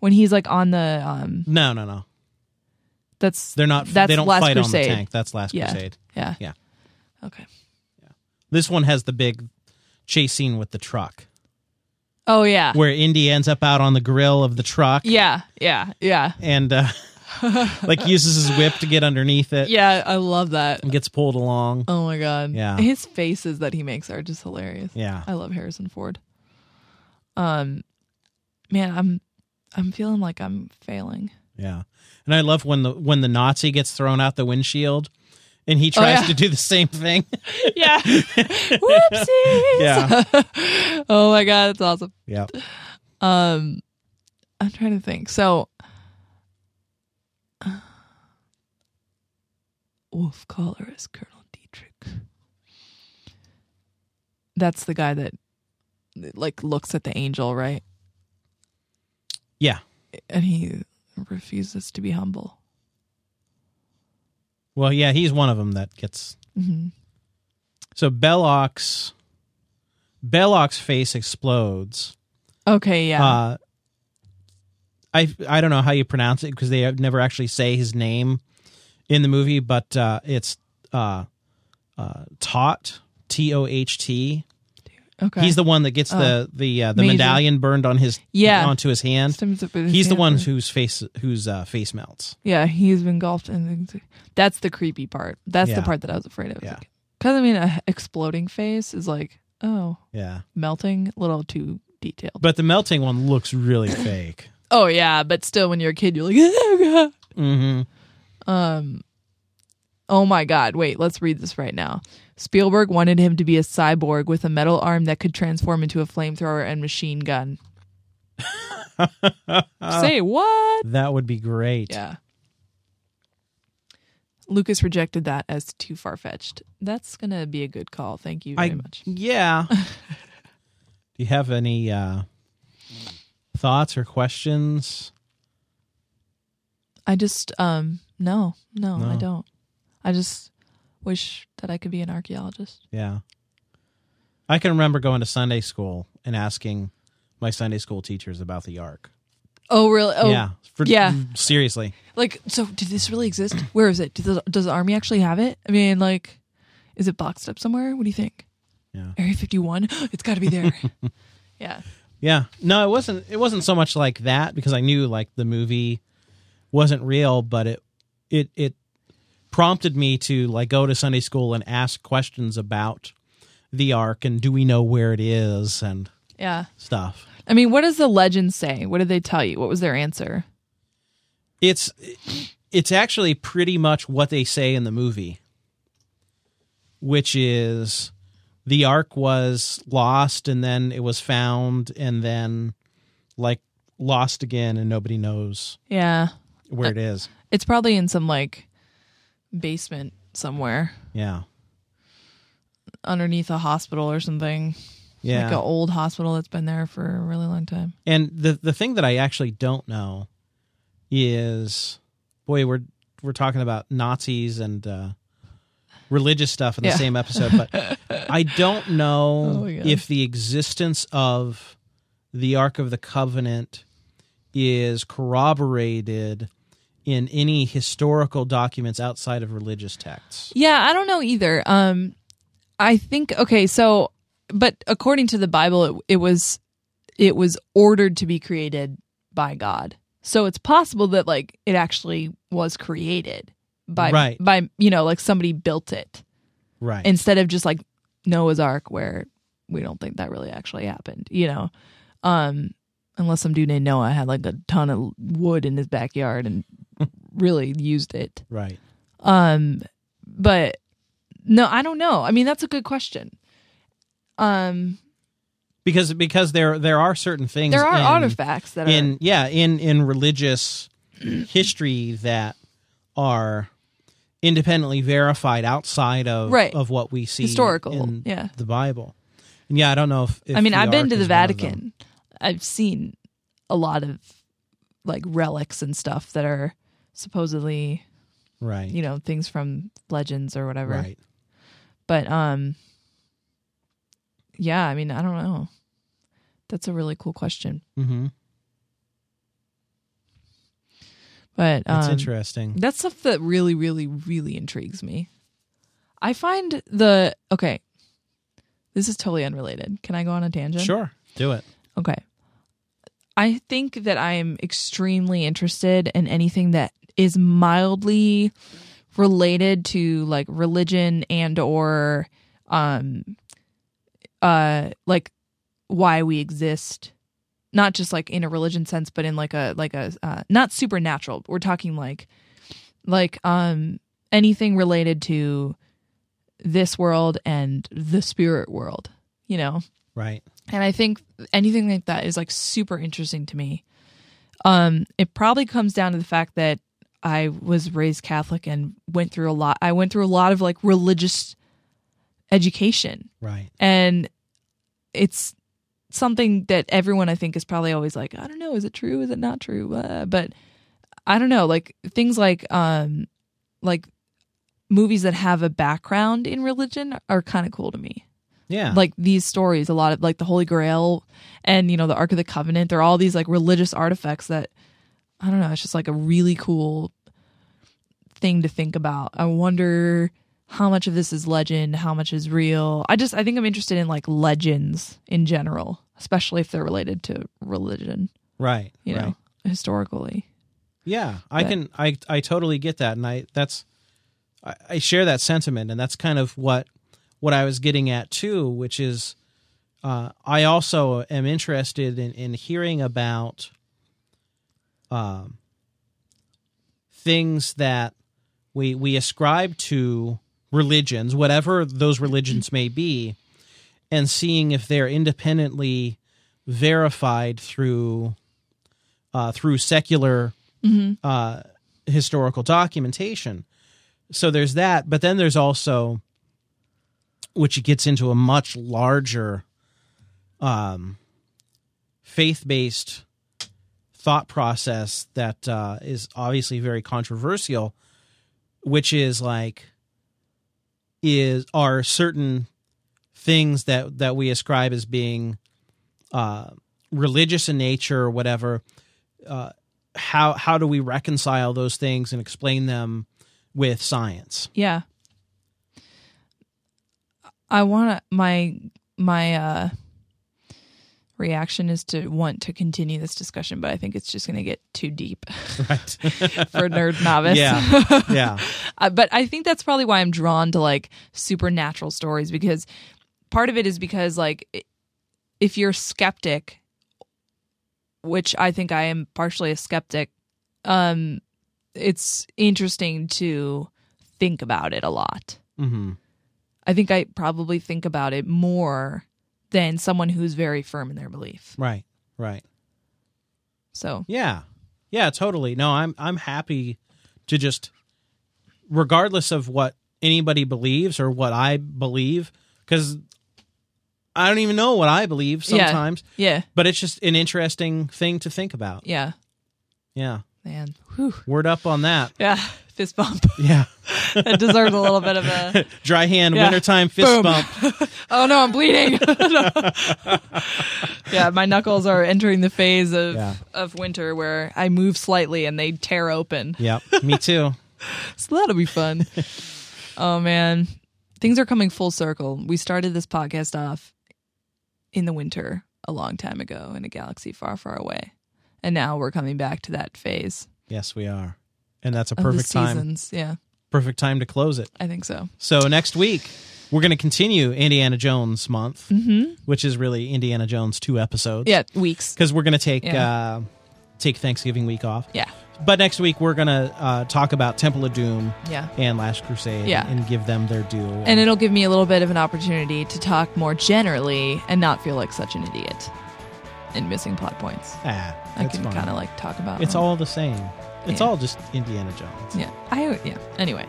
[SPEAKER 2] When he's like on the um,
[SPEAKER 1] No, no, no.
[SPEAKER 2] that's
[SPEAKER 1] They're not.
[SPEAKER 2] That's
[SPEAKER 1] they don't
[SPEAKER 2] Last
[SPEAKER 1] fight on
[SPEAKER 2] Crusade.
[SPEAKER 1] the tank. That's Last
[SPEAKER 2] Yeah.
[SPEAKER 1] Crusade.
[SPEAKER 2] yeah,
[SPEAKER 1] Yeah.
[SPEAKER 2] Okay.
[SPEAKER 1] This one has the big chase scene with the truck,
[SPEAKER 2] Oh yeah,
[SPEAKER 1] where Indy ends up out on the grill of the truck
[SPEAKER 2] yeah, yeah, yeah,
[SPEAKER 1] and uh, <laughs> like uses his whip to get underneath it
[SPEAKER 2] yeah. I love that.
[SPEAKER 1] and gets pulled along.
[SPEAKER 2] Oh my god.
[SPEAKER 1] Yeah.
[SPEAKER 2] His faces that he makes are just hilarious.
[SPEAKER 1] Yeah.
[SPEAKER 2] I love Harrison Ford. Um, man, I'm I'm feeling like I'm failing.
[SPEAKER 1] Yeah. And I love when the when the Nazi gets thrown out the windshield, and he tries
[SPEAKER 2] Oh, yeah.
[SPEAKER 1] to do the same thing. <laughs>
[SPEAKER 2] yeah. Whoopsies.
[SPEAKER 1] Yeah.
[SPEAKER 2] <laughs> oh my god, it's awesome.
[SPEAKER 1] yeah.
[SPEAKER 2] Um I'm trying to think. So uh, Wolf Collar is Colonel Dietrich. That's the guy that like looks at the angel, right?
[SPEAKER 1] Yeah.
[SPEAKER 2] And he refuses to be humble.
[SPEAKER 1] Well, yeah, he's one of them that gets
[SPEAKER 2] hmm
[SPEAKER 1] So Belloc's Belloc's face explodes.
[SPEAKER 2] Okay, yeah.
[SPEAKER 1] Uh, I I don't know how you pronounce it because they never actually say his name in the movie, but uh, it's uh, uh, Tot T O H T.
[SPEAKER 2] Okay. Oh.
[SPEAKER 1] He's the one that gets the the uh, the
[SPEAKER 2] Amazing.
[SPEAKER 1] medallion burned on his
[SPEAKER 2] Yeah.
[SPEAKER 1] onto his hand.
[SPEAKER 2] Stems up with his
[SPEAKER 1] He's the
[SPEAKER 2] hand.
[SPEAKER 1] one whose face whose uh, face melts.
[SPEAKER 2] Yeah, he's been golfed, and that's the creepy part. That's
[SPEAKER 1] Yeah.
[SPEAKER 2] the part that I was afraid of.
[SPEAKER 1] Yeah.
[SPEAKER 2] Because I mean, a exploding face is like, oh,
[SPEAKER 1] Yeah,
[SPEAKER 2] melting, a little too detailed.
[SPEAKER 1] but the melting one looks
[SPEAKER 2] <coughs>
[SPEAKER 1] really fake.
[SPEAKER 2] oh yeah, but still, when you're a kid, you're like, <laughs> oh, God.
[SPEAKER 1] Mm-hmm.
[SPEAKER 2] Um, oh my God. Wait, let's read this right now. Spielberg wanted him to be a cyborg with a metal arm that could transform into a flamethrower and
[SPEAKER 1] <laughs>
[SPEAKER 2] machine gun. Say what?
[SPEAKER 1] That would be great.
[SPEAKER 2] Yeah. Lucas rejected that as too far fetched. That's going to be a good call. Thank you very
[SPEAKER 1] I
[SPEAKER 2] much. <laughs>
[SPEAKER 1] yeah. Do you have any uh, thoughts or questions?
[SPEAKER 2] I just, um, no, no, I
[SPEAKER 1] No.
[SPEAKER 2] don't. I just wish that I could be an archaeologist.
[SPEAKER 1] Yeah. I can remember going to Sunday school and asking my Sunday school teachers about the ark.
[SPEAKER 2] Oh, really? Oh,
[SPEAKER 1] yeah. For-
[SPEAKER 2] yeah.
[SPEAKER 1] Seriously.
[SPEAKER 2] Like, so did this really exist? <clears throat> Where is it? Does the, does the army actually have it? I mean, like, is it boxed up somewhere? What do you think?
[SPEAKER 1] Yeah.
[SPEAKER 2] Area 51? <gasps> it's got to
[SPEAKER 1] <laughs>
[SPEAKER 2] be there. yeah.
[SPEAKER 1] Yeah. No, it wasn't it wasn't so much like that because I knew like the movie wasn't real, but it it it prompted me to like go to Sunday school and ask questions about the ark and do we know where it is and
[SPEAKER 2] Yeah.
[SPEAKER 1] stuff.
[SPEAKER 2] I mean, what does the legend say? What did they tell you? What was their answer?
[SPEAKER 1] It's it's actually pretty much what they say in the movie, which is the ark was lost and then it was found and then like lost again and nobody knows
[SPEAKER 2] Yeah.
[SPEAKER 1] where it is.
[SPEAKER 2] It's probably in some, like, basement somewhere
[SPEAKER 1] Yeah.
[SPEAKER 2] underneath a hospital or something.
[SPEAKER 1] Yeah.
[SPEAKER 2] Like an old hospital that's been there for a really long time.
[SPEAKER 1] And the the thing that I actually don't know is, boy, we're we're talking about Nazis and uh, religious stuff in the
[SPEAKER 2] Yeah.
[SPEAKER 1] same episode,
[SPEAKER 2] <laughs>
[SPEAKER 1] but I don't know
[SPEAKER 2] Oh, yeah.
[SPEAKER 1] if the existence of the Ark of the Covenant is corroborated in any historical documents outside of religious texts.
[SPEAKER 2] Yeah, I don't know either. Um, I think okay, so but according to the Bible, it, it was it was ordered to be created by God. So it's possible that like it actually was created by
[SPEAKER 1] Right.
[SPEAKER 2] by you know like somebody built it
[SPEAKER 1] Right.
[SPEAKER 2] instead of just like Noah's Ark where we don't think that really actually happened. You know, um, unless some dude named Noah had like a ton of wood in his backyard and <laughs> really used it.
[SPEAKER 1] right.
[SPEAKER 2] Um, but no, I don't know. I mean, that's a good question. Um,
[SPEAKER 1] Because because there there are certain things
[SPEAKER 2] there are
[SPEAKER 1] in-
[SPEAKER 2] artifacts that
[SPEAKER 1] in yeah in in religious history that are independently verified outside of
[SPEAKER 2] Right.
[SPEAKER 1] of what we see
[SPEAKER 2] Historical,
[SPEAKER 1] in
[SPEAKER 2] yeah.
[SPEAKER 1] the bible and yeah i don't know if, if
[SPEAKER 2] are. I mean,
[SPEAKER 1] the
[SPEAKER 2] I've been
[SPEAKER 1] Ark
[SPEAKER 2] to the
[SPEAKER 1] is one of them.
[SPEAKER 2] Vatican. I've seen a lot of like relics and stuff that are supposedly,
[SPEAKER 1] right
[SPEAKER 2] you know, things from legends or whatever.
[SPEAKER 1] right
[SPEAKER 2] But um, yeah. I mean, I don't know. That's a really cool question.
[SPEAKER 1] mm-hmm.
[SPEAKER 2] But
[SPEAKER 1] that's
[SPEAKER 2] um,
[SPEAKER 1] interesting
[SPEAKER 2] That's stuff that really, really, really intrigues me. I find the okay. This is totally unrelated. Can I go on a tangent?
[SPEAKER 1] sure do it
[SPEAKER 2] Okay. I think that I am extremely interested in anything that is mildly related to like religion and or um uh like why we exist not just like in a religion sense but in like a like a uh, not supernatural we're talking like like um anything related to this world and the spirit world you know
[SPEAKER 1] right
[SPEAKER 2] and I think anything like that is like super interesting to me. Um, it probably comes down to the fact that I was raised Catholic and went through a lot. I went through a lot of like religious education,
[SPEAKER 1] right
[SPEAKER 2] and it's something that everyone I think is probably always like, I don't know, is it true? Is it not true? Uh, but I don't know, like things like um, like movies that have a background in religion are kind of cool to me
[SPEAKER 1] yeah
[SPEAKER 2] like these stories a lot of like the holy grail and you know the ark of the covenant they're all these like religious artifacts that i don't know it's just like a really cool thing to think about i wonder how much of this is legend, how much is real. I just I think I'm interested in like legends in general, especially if they're related to religion,
[SPEAKER 1] Right.
[SPEAKER 2] you
[SPEAKER 1] right.
[SPEAKER 2] know, historically.
[SPEAKER 1] Yeah, I
[SPEAKER 2] But-
[SPEAKER 1] can. I I totally get that, and I that's I, I share that sentiment, and that's kind of what what I was getting at too, which is uh, I also am interested in in hearing about um things that we we ascribe to religions, whatever those religions may be, and seeing if they're independently verified through uh, through secular
[SPEAKER 2] Mhm.
[SPEAKER 1] uh, historical documentation. So there's that, but then there's also, which gets into a much larger um, faith based thought process that uh, is obviously very controversial, which is like, is are certain things that that we ascribe as being uh, religious in nature or whatever uh, how how do we reconcile those things and explain them with science? <laughs>
[SPEAKER 2] Yeah. I want to my my uh reaction is to want to continue this discussion, but I think it's just going to get too deep <laughs>
[SPEAKER 1] Right.
[SPEAKER 2] for nerd novice. <laughs>
[SPEAKER 1] Yeah. yeah.
[SPEAKER 2] Uh, but I think that's probably why I'm drawn to like supernatural stories because part of it is because like i- if you're a skeptic, which I think I am partially a skeptic, um, it's interesting to think about it a lot.
[SPEAKER 1] hmm
[SPEAKER 2] I think I probably think about it more than someone who's very firm in their belief.
[SPEAKER 1] Right. Right.
[SPEAKER 2] So
[SPEAKER 1] Yeah. Yeah, totally. No, I'm I'm happy to just regardless of what anybody believes or what I believe cuz I don't even know what I believe
[SPEAKER 2] Yeah.
[SPEAKER 1] sometimes,
[SPEAKER 2] yeah,
[SPEAKER 1] but it's just an interesting thing to think about.
[SPEAKER 2] yeah,
[SPEAKER 1] Yeah.
[SPEAKER 2] man, Whew.
[SPEAKER 1] Word up on
[SPEAKER 2] <laughs>
[SPEAKER 1] that.
[SPEAKER 2] yeah, fist bump.
[SPEAKER 1] Yeah.
[SPEAKER 2] that deserves a little bit of a
[SPEAKER 1] Dry hand
[SPEAKER 2] Yeah.
[SPEAKER 1] wintertime fist
[SPEAKER 2] Boom.
[SPEAKER 1] bump.
[SPEAKER 2] oh no, I'm bleeding. <laughs> yeah, my knuckles are entering the phase of
[SPEAKER 1] Yeah.
[SPEAKER 2] of winter where I move slightly and they tear open.
[SPEAKER 1] Yeah. Me too.
[SPEAKER 2] So that'll
[SPEAKER 1] <laughs>
[SPEAKER 2] be fun. oh man, things are coming full circle. We started this podcast off in the winter a long time ago in a galaxy far, far away, and now we're coming back to that phase
[SPEAKER 1] Yes, we are. And that's a
[SPEAKER 2] of
[SPEAKER 1] perfect
[SPEAKER 2] the
[SPEAKER 1] time.
[SPEAKER 2] seasons. Yeah,
[SPEAKER 1] Perfect time to close it.
[SPEAKER 2] I think so.
[SPEAKER 1] So next week we're going to continue Indiana Jones month,
[SPEAKER 2] Mm-hmm.
[SPEAKER 1] which is really Indiana Jones two episodes.
[SPEAKER 2] Yeah, weeks.
[SPEAKER 1] because we're going to take
[SPEAKER 2] Yeah.
[SPEAKER 1] uh, take Thanksgiving week off.
[SPEAKER 2] Yeah,
[SPEAKER 1] But next week we're going to uh, talk about Temple of Doom
[SPEAKER 2] yeah.
[SPEAKER 1] and Last Crusade
[SPEAKER 2] Yeah.
[SPEAKER 1] and give them their due.
[SPEAKER 2] And it'll give me a little bit of an opportunity to talk more generally and not feel like such an idiot in missing plot points.
[SPEAKER 1] ah,
[SPEAKER 2] I
[SPEAKER 1] it's
[SPEAKER 2] can
[SPEAKER 1] fine.
[SPEAKER 2] kind of like talk about
[SPEAKER 1] it's
[SPEAKER 2] them.
[SPEAKER 1] all the same. It's
[SPEAKER 2] Yeah.
[SPEAKER 1] all just Indiana Jones.
[SPEAKER 2] yeah. I yeah. Anyway,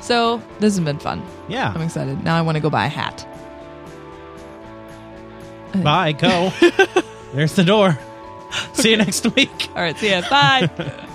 [SPEAKER 2] so this has been fun.
[SPEAKER 1] Yeah.
[SPEAKER 2] I'm excited. Now I want to go buy a hat. <laughs>
[SPEAKER 1] Bye. Go. There's the door. See you next week.
[SPEAKER 2] All right. See ya. Bye.